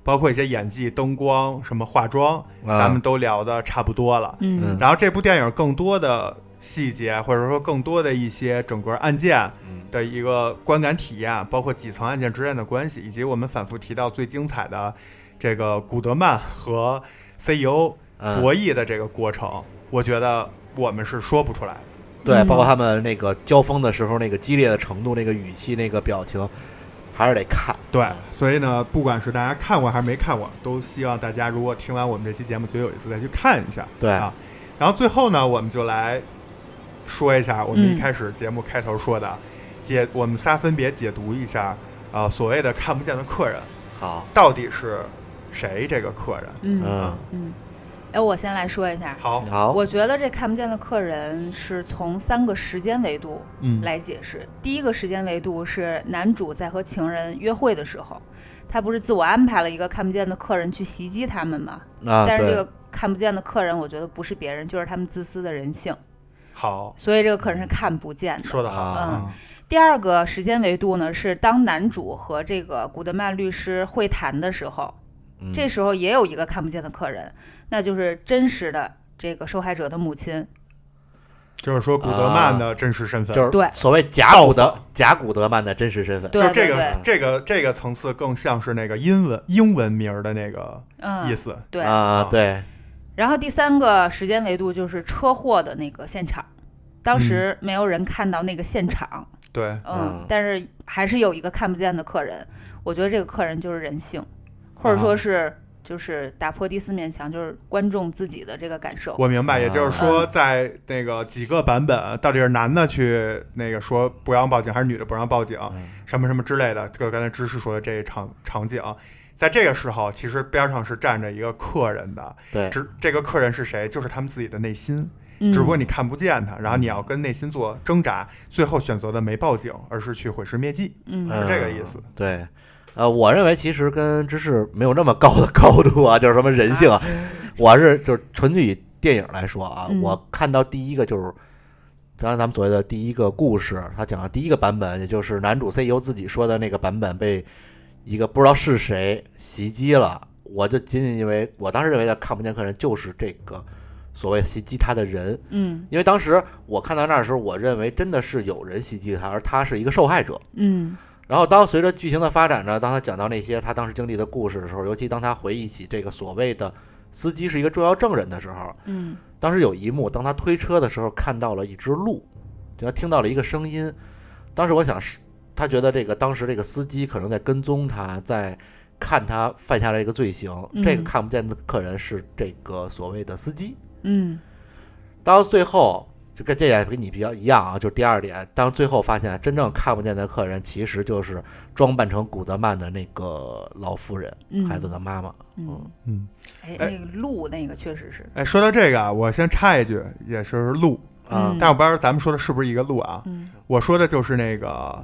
B: 包括一些演技、灯光、什么化妆，
C: 啊
B: 咱们都聊的差不多了。
A: 嗯，
B: 然后这部电影更多的细节，或者说更多的一些整个案件
C: 嗯
B: 的一个观感体验，包括几层案件之间的关系，以及我们反复提到最精彩的这个古德曼和 CEO
C: 嗯
B: 博弈的这个过程，我觉得我们是说不出来的。
C: 对，
A: 嗯
C: 包括他们那个交锋的时候那个激烈的程度、那个语气、那个表情，还是得看。
B: 对，所以呢，不管是大家看过还是没看过，都希望大家如果听完我们这期节目觉得有意思，再去看一下。
C: 对
B: 啊，然后最后呢，我们就来说一下我们
A: 嗯
B: 一开始节目开头说的，解我们仨分别解读一下啊、呃所谓的看不见的客人
C: 好，
B: 到底是谁这个客人。
A: 嗯
C: 嗯，
A: 嗯，哎，我先来说一下，
B: 好，
C: 好，
A: 我觉得这看不见的客人是从三个时间维度
B: 嗯，
A: 来解释。第一个时间维度是男主在和情人约会的时候，他不是自我安排了一个看不见的客人去袭击他们吗？
C: 啊，
A: 但是
C: 对，
A: 这个看不见的客人，我觉得不是别人，就是他们自私的人性，
B: 好，
A: 所以这个客人是看不见的。
B: 说的好，
C: 啊，
A: 嗯，第二个时间维度呢是当男主和这个古德曼律师会谈的时候，
C: 嗯
A: 这时候也有一个看不见的客人，那就是真实的这个受害者的母亲。
B: 就是说古德曼的真实身份，
C: 就是
A: 对
C: 所谓假古德假古德曼的真实身份。
A: 对
B: 就这
A: 对
B: 个
A: 对
B: 这个这个层次更像是那个英文英文名儿的那个
A: 嗯，
B: 意思，
A: 对。
C: 啊，对，
A: 然后第三个时间维度就是车祸的那个现场，当时
B: 嗯
A: 没有人看到那个现场，
B: 对，
A: 嗯，
C: 嗯
A: 但是还是有一个看不见的客人。我觉得这个客人就是人性，或者说
B: 啊
A: 是就是打破第四面墙，就是观众自己的这个感受。
B: 我明白，也就是说，
A: 嗯
B: 在那个几个版本，到底是男的去那个说不让报警，还是女的不让报警，什么什么之类的，就刚才知识说的这一场场景，在这个时候，其实边上是站着一个客人的，
C: 对，
B: 只这个客人是谁，就是他们自己的内心，
A: 嗯
B: 只不过你看不见他，然后你要跟内心做挣扎，最后选择的没报警，而是去毁尸灭迹，
A: 嗯
B: 是这个意思。
C: 对，呃，我认为其实跟知识没有那么高的高度啊，就是什么人性啊，我是就是纯粹以电影来说啊，
A: 嗯
C: 我看到第一个就是。当然，咱们所谓的第一个故事，他讲的第一个版本，也就是男主 CEO 自己说的那个版本，被一个不知道是谁袭击了。我就仅仅因为我当时认为的看不见客人就是这个所谓袭击他的人，
A: 嗯
C: 因为当时我看到那儿的时候，我认为真的是有人袭击他，而他是一个受害者。
A: 嗯
C: 然后，当随着剧情的发展呢，当他讲到那些他当时经历的故事的时候，尤其当他回忆起这个所谓的司机是一个重要证人的时候，
A: 嗯
C: 当时有一幕，当他推车的时候看到了一只鹿，就他听到了一个声音。当时我想是，他觉得这个当时这个司机可能在跟踪他，在看他犯下了一个罪行。
A: 嗯
C: 这个看不见的客人是这个所谓的司机。
A: 嗯
C: 当最后就跟这点跟你比较一样啊，就是第二点，当最后发现真正看不见的客人其实就是装扮成古德曼的那个老妇人，
A: 嗯
C: 孩子的妈妈。
A: 嗯，
B: 嗯，
A: 哎，
B: 哎
A: 那个鹿那个确实是，
B: 哎，说到这个啊，我先插一句，也是鹿，
C: 啊
A: 嗯，
B: 但我不知道咱们说的是不是一个鹿啊？
A: 嗯
B: 我说的就是那个，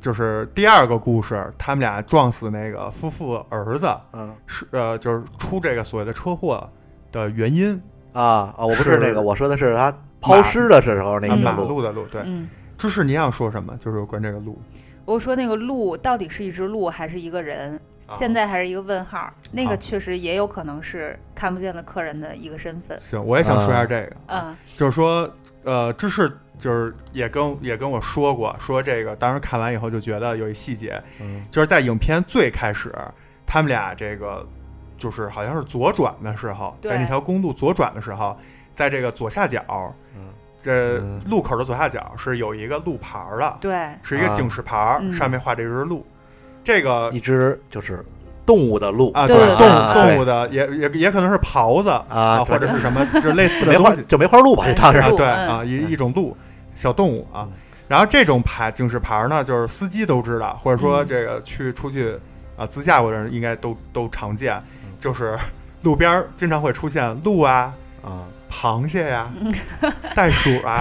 B: 就是第二个故事，他们俩撞死那个夫妇儿子，
C: 嗯
B: 是呃，就是出这个所谓的车祸的原因，
C: 啊啊！我不是
B: 是
C: 那个，我说的是他抛尸的时候那
B: 啊
C: 个
B: 马
C: 路。
B: 路的路。对，
A: 嗯，
B: 芝士，你想说什么？就是有关这个路。
A: 我说那个鹿到底是一只鹿还是一个人？现在还是一个问号，那
B: 啊好
A: 个确实也有可能是看不见的客人的一个身份。
B: 行，我也想说一下这个，
A: 啊，
B: 就是说，呃，芝士就是也跟也跟我说过，说这个当时看完以后就觉得有一细节，
C: 嗯
B: 就是在影片最开始，他们俩这个就是好像是左转的时候，
A: 对
B: 在那条公路左转的时候，在这个左下角，
C: 嗯
B: 这
C: 嗯
B: 路口的左下角是有一个路牌儿的，
A: 对，
B: 是一
C: 啊
B: 个警示牌儿，
A: 嗯
B: 上面画着一只鹿。这个
C: 一只就是动物的鹿
B: 啊，
A: 对对
B: 动
C: 啊
B: 动物的也也也可能是狍子
C: 啊
B: 或者是什么，就是类似的
C: 梅
B: 东
C: 花
B: 西
C: 就梅花鹿吧，就当
B: 啊
C: 是。
A: 鹿
B: 对
A: 嗯
B: 啊，一一种鹿小动物啊
C: 嗯。
B: 然后这种牌警示牌呢，就是司机都知道，或者
C: 嗯
B: 说这个去出去啊自驾过的人应该都都常见，
C: 嗯
B: 就是路边儿经常会出现鹿啊、
C: 啊
B: 螃蟹呀、
C: 嗯
B: 袋鼠 啊，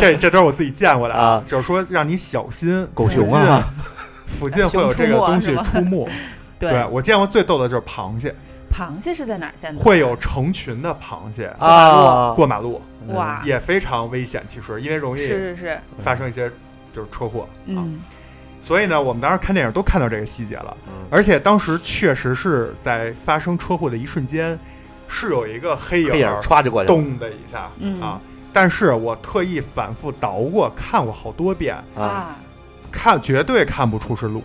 B: 这这都是我自己见过的
C: 啊
B: 就是说让你小心
C: 狗熊
B: 附近
C: 啊，
B: 附近会有这个东西
A: 熊
B: 出
A: 出
B: 没。对，我见过最逗的就是螃蟹，
A: 螃蟹是在哪儿见的？
B: 会有成群的螃蟹
C: 嗯啊，
B: 过马路，
A: 哇，
B: 也非常危险。其实因为容易
A: 是是是，
B: 发生一些就是车祸啊。
A: 嗯
B: 所以呢，我们当时看电影都看到这个细节了，
C: 嗯
B: 而且当时确实是在发生车祸的一瞬间，是有一个黑影
C: 黑影
B: 儿
C: 歘就过去了
B: 咚的一下、
A: 嗯
B: 啊。但是我特意反复倒过看过好多遍，
C: 啊，
A: 啊，
B: 看绝对看不出是路，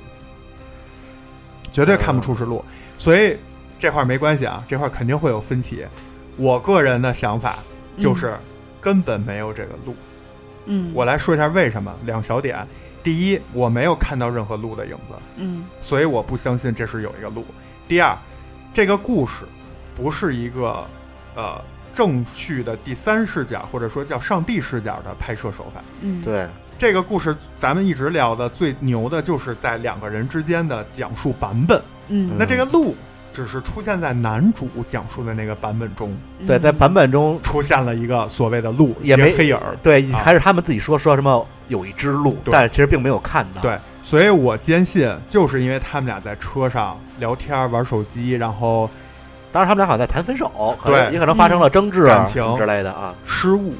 B: 绝对看不出是路，所以这块儿没关系啊，这块儿肯定会有分歧。我个人的想法就是根本没有这个路。
A: 嗯，
B: 我来说一下为什么，两小点。第一，我没有看到任何鹿的影子，
A: 嗯
B: 所以我不相信这是有一个鹿。第二，这个故事不是一个呃正序的第三视角，或者说叫上帝视角的拍摄手法。
A: 嗯，
C: 对，
B: 这个呃故事咱们一直聊的最牛的就是在两个人之间的讲述版本。
A: 嗯，
B: 那这个鹿只是出现在男主讲述的那个版本中，
A: 嗯
C: 对，在版本中
B: 出现了一个呃所谓的鹿，
C: 也没
B: 一个黑影儿。
C: 对，
B: 啊
C: 还是他们自己说说什么有一只鹿，
B: 对
C: 但是其实并没有看到。
B: 对，所以我坚信，就是因为他们俩在车上聊天儿、玩手机，然后
C: 当时他们俩好像在谈分手，可能
B: 对嗯
C: 也可能发生了争执、啊
B: 感情
C: 什么之类的啊。
B: 失误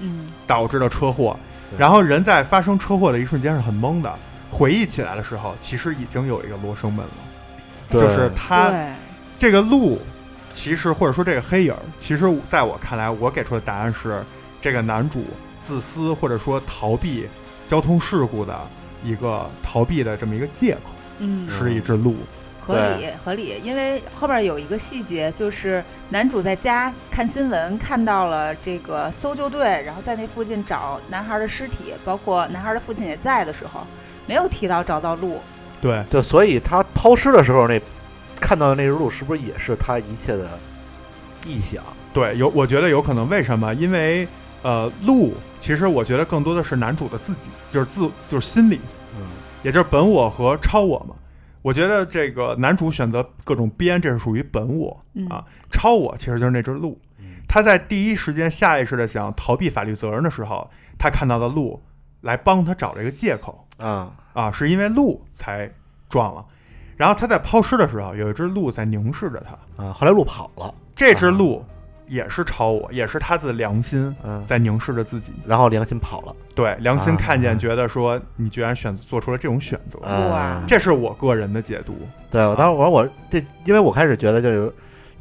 A: 嗯
B: 导致了车祸。
C: 对
B: 然后人在发生车祸的一瞬间是很懵的，回忆起来的时候，其实已经有一个罗生门了，
C: 对
B: 就是他
A: 对
B: 这个路，其实或者说这个黑影儿，其实在我看来，我给出的答案是这个男主自私或者说逃避交通事故的一个逃避的这么一个借口，
A: 嗯
B: 是一只鹿。
A: 合理合理，因为后边有一个细节，就是男主在家看新闻，看到了这个搜救队，然后在那附近找男孩的尸体，包括男孩的父亲也在的时候，没有提到找到路。
B: 对，
C: 就所以他抛尸的时候那看到的那只鹿，是不是也是他一切的臆想？
B: 对，有我觉得有可能，为什么？因为呃，路其实我觉得更多的是男主的自己，就是自就是心理，
C: 嗯
B: 也就是本我和超我嘛。我觉得这个男主选择各种编，这是属于本我
A: 嗯
B: 啊，超我其实就是那只鹿。他在第一时间下意识的想逃避法律责任的时候，他看到的鹿来帮他找这个借口
C: 啊
B: 啊，是因为鹿才撞了。然后他在抛尸的时候，有一只鹿在凝视着他，
C: 啊！后来鹿跑了，
B: 这只鹿也是超我，也是他的良心
C: 嗯，
B: 在凝视着自己。
C: 然后良心跑了，
B: 对，良心
C: 啊
B: 看见，觉得说你居然选择做出了这种选择，
A: 哇
C: 啊！
B: 这是我个人的解读。
C: 对我当时我我这，因为我开始觉得就有，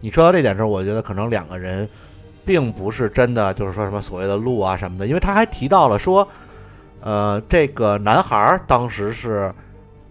C: 你说到这点之后，我觉得可能两个人并不是真的就是说什么所谓的路啊什么的，因为他还提到了说，呃，这个男孩儿当时是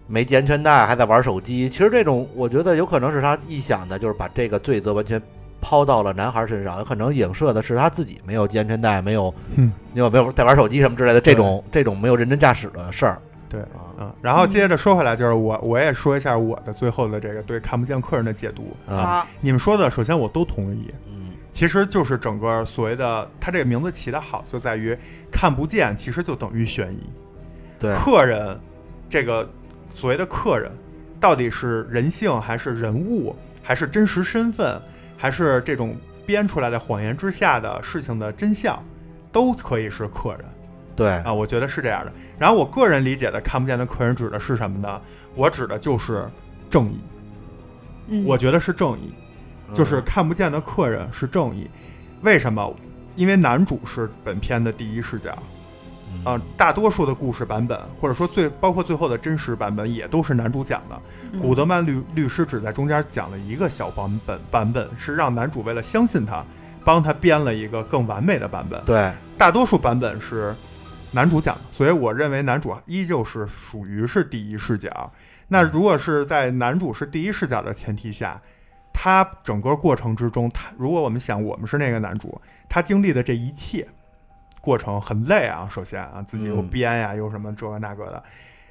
C: 没系安全带，还在玩手机。其实这种我觉得有可能是他臆想的，就是把这个罪责完全抛到了男孩儿身上，有可能影射的是他自己没有系安全带，没有
B: 嗯
C: 没有没有在玩手机什么之类的这种这种没有认真驾驶的事儿
B: 对
C: 啊
B: 嗯，然后接着说回来，就是我我也说一下我的最后的这个对看不见客人的解读。
C: 啊，
A: 好，
B: 你们说的，首先我都同意，
C: 嗯
B: 其实就是整个所谓的它这个名字起得好，就在于看不见，其实就等于悬疑。
C: 对
B: 客人这个所谓的客人，到底是人性还是人物，还是真实身份，还是这种编出来的谎言之下的事情的真相，都可以是客人。
C: 对
B: 啊，我觉得是这样的。然后我个人理解的看不见的客人指的是什么呢？我指的就是正义，
A: 嗯，
B: 我觉得是正义，
C: 嗯
B: 就是看不见的客人是正义。为什么？因为男主是本片的第一视角
C: 嗯
B: 啊，大多数的故事版本，或者说最包括最后的真实版本，也都是男主讲的。
A: 嗯
B: 古德曼律律师只在中间讲了一个小版本，版本是让男主为了相信他，帮他编了一个更完美的版本。
C: 对
B: 大多数版本是男主讲的，所以我认为男主依旧是属于是第一视角。那如果是在男主是第一视角的前提下，他整个过程之中，他如果我们想我们是那个男主，他经历的这一切过程很累啊，首先啊自己又
C: 嗯
B: 编呀、又什么这个那个的，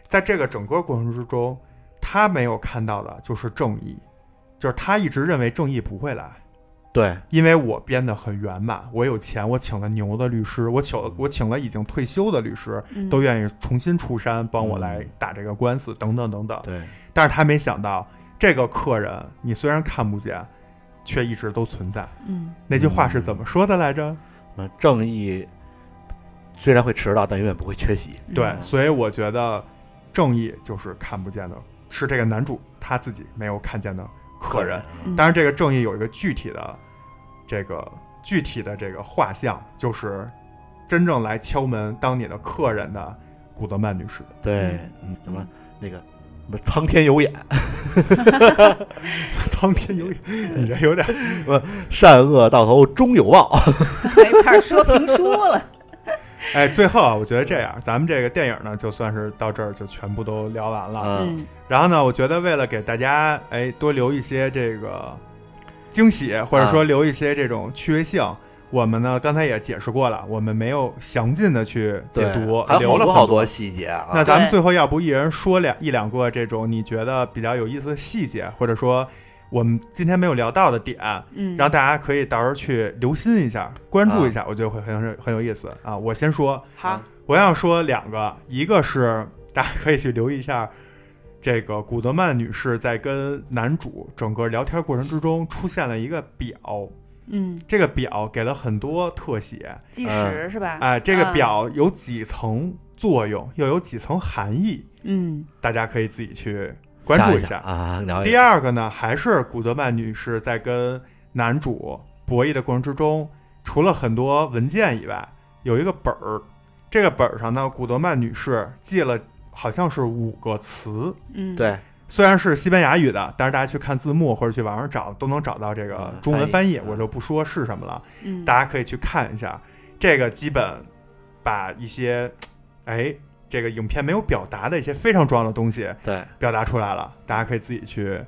B: 在这个整个过程之中，他没有看到的就是正义，就是他一直认为正义不会来。
C: 对
B: 因为我编得很圆满，我有钱，我请了牛的律师，我请
C: 嗯
B: 我请了已经退休的律师，
A: 嗯
B: 都愿意重新出山帮我
C: 嗯
B: 来打这个官司，等等等等。
C: 对。
B: 但是他没想到，这个客人你虽然看不见，却一直都存在。
A: 嗯
B: 那句话是怎么说的来着？
C: 嗯，正义虽然会迟到，但永远不会缺席。
A: 嗯
B: 对，所以我觉得正义就是看不见的，是这个男主他自己没有看见的客人。
A: 嗯
B: 当然，这个正义有一个具体的这个具体的这个画像，就是真正来敲门当你的客人的古德曼女士。
C: 对
A: 嗯，
C: 嗯，什么那个什么苍天有眼，
B: 苍天有眼，你这有点
C: 善恶到头终有 报。
A: 没法说评书了。
B: 哎。最后啊，我觉得这样，咱们这个电影呢，就算是到这儿就全部都聊完了。
C: 嗯，
A: 嗯，
B: 然后呢，我觉得为了给大家哎多留一些这个惊喜，或者
C: 嗯
B: 说留一些这种趣味性。我们呢，刚才也解释过了，我们没有详尽的去解
C: 对
B: 读，
C: 还有
B: 留
C: 好
B: 了
C: 多
B: 很
C: 好多细节啊。
B: 那咱们
A: 对
B: 最后要不一人说两一两个这种你觉得比较有意思的细节，或者说我们今天没有聊到的点，
A: 嗯，啊
B: 让大家可以到时候去留心一下、关注一下，我觉得会很有很有意思啊。我先说，
A: 好，
B: 我想说两个，一个是大家可以去留意一下。这个古德曼女士在跟男主整个聊天过程之中出现了一个表，
A: 嗯，
B: 这个表给了很多特写，
A: 计时是吧？
B: 哎，这个
A: 啊，
B: 表有几层作用，又有几层含义，
A: 嗯
B: 大家可以自己去关注
C: 一
B: 一下。哎
C: 啊，聊一
B: 第
C: 下
B: 二个呢，还是古德曼女士在跟男主博弈的过程之中，除了很多文件以外，有一个本儿，这个本儿上呢，古德曼女士记了好像是五个词，
A: 嗯，，
C: 对
B: 虽然是西班牙语的，但是大家去看字幕或者去网上找都能找到这个
C: 嗯
B: 中文啊翻译，
C: 翻译
B: 我就不说是什么了，
A: 嗯，
B: 大家可以去看一下。这个基本把一些，哎，这个影片没有表达的一些非常重要的东西，
C: 对，
B: 表达出来了，大家可以自己去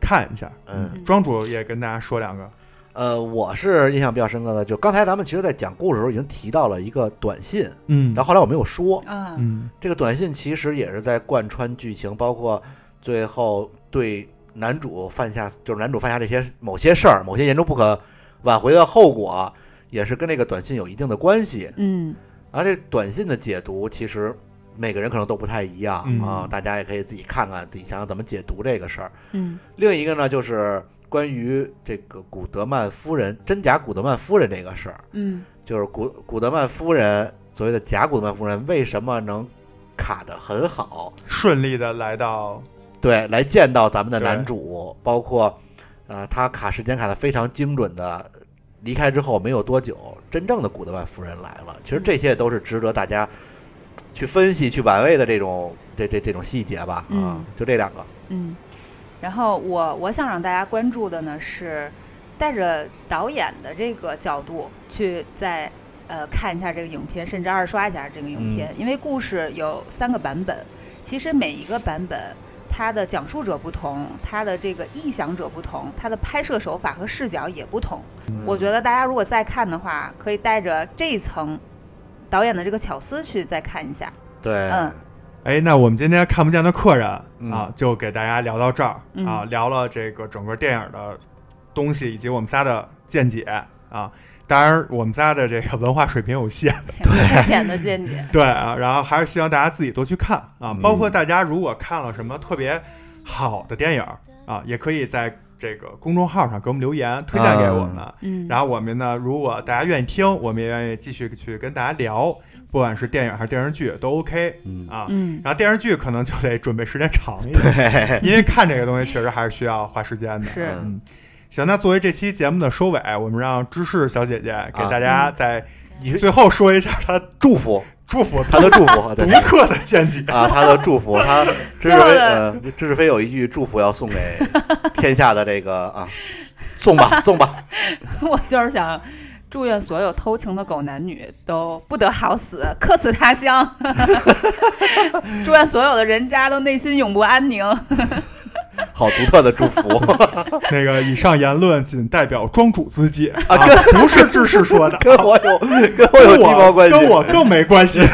B: 看一下。
C: 嗯，
B: 庄主也跟大家说两个，
C: 呃，我是印象比较深刻的，就刚才咱们其实，在讲故事的时候已经提到了一个短信，
B: 嗯
C: 但后来我没有说。
A: 啊，
B: 嗯
C: 这个短信其实也是在贯穿剧情，包括最后对男主犯下，就是男主犯下这些某些事儿，某些严重不可挽回的后果，也是跟这个短信有一定的关系。
A: 嗯
C: 而这短信的解读，其实每个人可能都不太一样
B: 嗯
C: 啊，大家也可以自己看看，自己想想怎么解读这个事儿。
A: 嗯
C: 另一个呢，就是关于这个古德曼夫人真假古德曼夫人这个事儿，
A: 嗯
C: 就是古古德曼夫人所谓的假古德曼夫人为什么能卡得很好？
B: 顺利的来到，
C: 对，来见到咱们的
B: 对
C: 男主，包括呃，他卡时间卡的非常精准的。离开之后没有多久，真正的古德曼夫人来了。其实这些都是值得大家去分析、去玩味的这种这这这种细节吧。啊
A: 嗯，
C: 就这两个，
A: 嗯。然后我我想让大家关注的呢是，带着导演的这个角度去再呃看一下这个影片，甚至二刷一下这个影片，因为故事有三个版本，其实每一个版本。它的讲述者不同，它的这个臆想者不同，它的拍摄手法和视角也不同。我觉得大家如果再看的话，可以带着这一层导演的这个巧思去再看一下。
C: 对，
A: 嗯
B: 哎，那我们今天看不见的客人
C: 嗯
B: 啊，就给大家聊到这儿
A: 嗯
B: 啊，聊了这个整个电影的东西以及我们仨的见解啊。当然，我们仨的这个文化水平有限，
A: 浅浅的见解。
B: 对啊，然后还是希望大家自己多去看啊，
C: 嗯
B: 包括大家如果看了什么特别好的电影啊，也可以在这个公众号上给我们留言，推荐给我们。
A: 嗯，
B: 然后我们呢，如果大家愿意听，我们也愿意继续去跟大家聊，不管是电影还是电视剧都 OK
C: 嗯
B: 啊。
A: 嗯
B: 然后电视剧可能就得准备时间长一点，因为看这个东西确实还是需要花时间的。
A: 是
C: 嗯
B: 行，那作为这期节目的收尾，我们让芝士小姐姐
C: 啊
B: 给大家
A: 嗯
B: 在
C: 你
B: 最后说一下她
C: 祝福
B: 祝福
C: 他的祝 福，
B: 独
C: 对
B: 特的见 解。
C: 啊，他的祝福， 他知
A: 最
C: 识
A: 后
C: 飞
A: 的
C: 呃，知识飞有一句祝福要送给天下的这个啊，送 吧送吧，
A: 我就是想祝愿所有偷情的狗男女都不得好死，客死他乡。 祝愿所有的人渣都内心永不安宁。
C: 好独特的祝福 哦
B: 那个以上言论仅代表庄主自己啊，不是芝士说的，
C: 跟我 有跟我有鸡毛关系，
B: 跟我更没关系。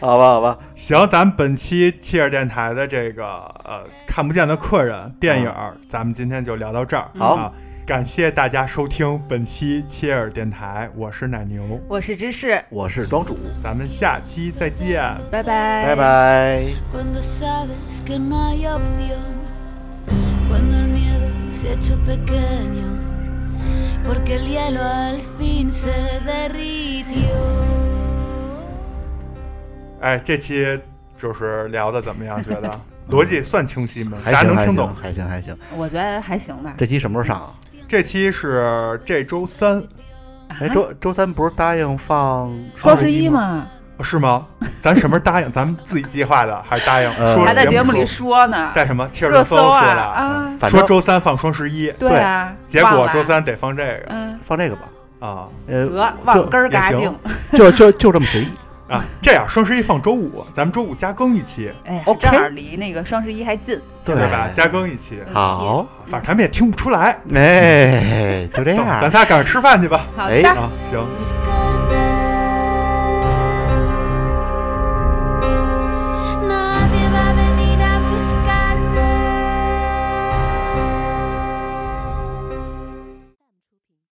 C: 好吧好吧，
B: 行，咱们本期切尔电台的这个呃看不见的客人电影儿，咱们今天就聊到这儿。
C: 啊好
B: 啊，感谢大家收听本期切尔电台，我是奶牛，
A: 我是芝士，
C: 我是庄主，
B: 咱们下期再见。
A: 拜
B: 哎
A: 拜，
C: 拜。拜。
H: cuando sabes que no hay opción, cuando el miedo se ha hecho pequeño, porque el hielo al fin se derritió.
B: 哎，这期就是聊的怎么样？觉 得逻辑算清晰吗？
C: 还
B: 大家能
C: 行还
B: 听
C: 行
B: 懂？
C: 还行还行，
A: 我觉得还行吧。
C: 这期什么时候上啊？
B: 这期是这周三，
C: 哎，周周三不是答应放
A: 双十一嘛，
B: 是吗？咱什么时候 答应？咱们自己计划的，还是答应？
C: 呃
B: 说
A: 还在
B: 着
A: 节目里
B: 说
A: 说呢，
B: 在什么切尔
A: 热
B: 热
A: 搜
B: 搜说
A: 啊
B: 的，
A: 啊，
C: 反
B: 说
C: 正
B: 周三放双十一，
A: 对啊，
B: 结
A: 忘
B: 果
A: 了
B: 周，三得放这个
A: 嗯，
C: 放这个吧。
B: 啊
C: 呃
A: 得，往根儿嘎
B: 也
A: 净
B: 行。
C: 就就就就这么随意。
B: 啊！这样双十一放周五，咱们周五加更一期，
A: 哎呀，
C: OK
A: 正好离那个双十一还近。
C: 对
B: 对吧？加更一期，啊
C: 好，
B: 反正他们也听不出来。
C: 哎，就这
B: 走，
C: 样
B: 咱。仨赶上吃饭去吧。
A: 好
C: 哎
A: 的，
B: 啊，行。
H: buscarte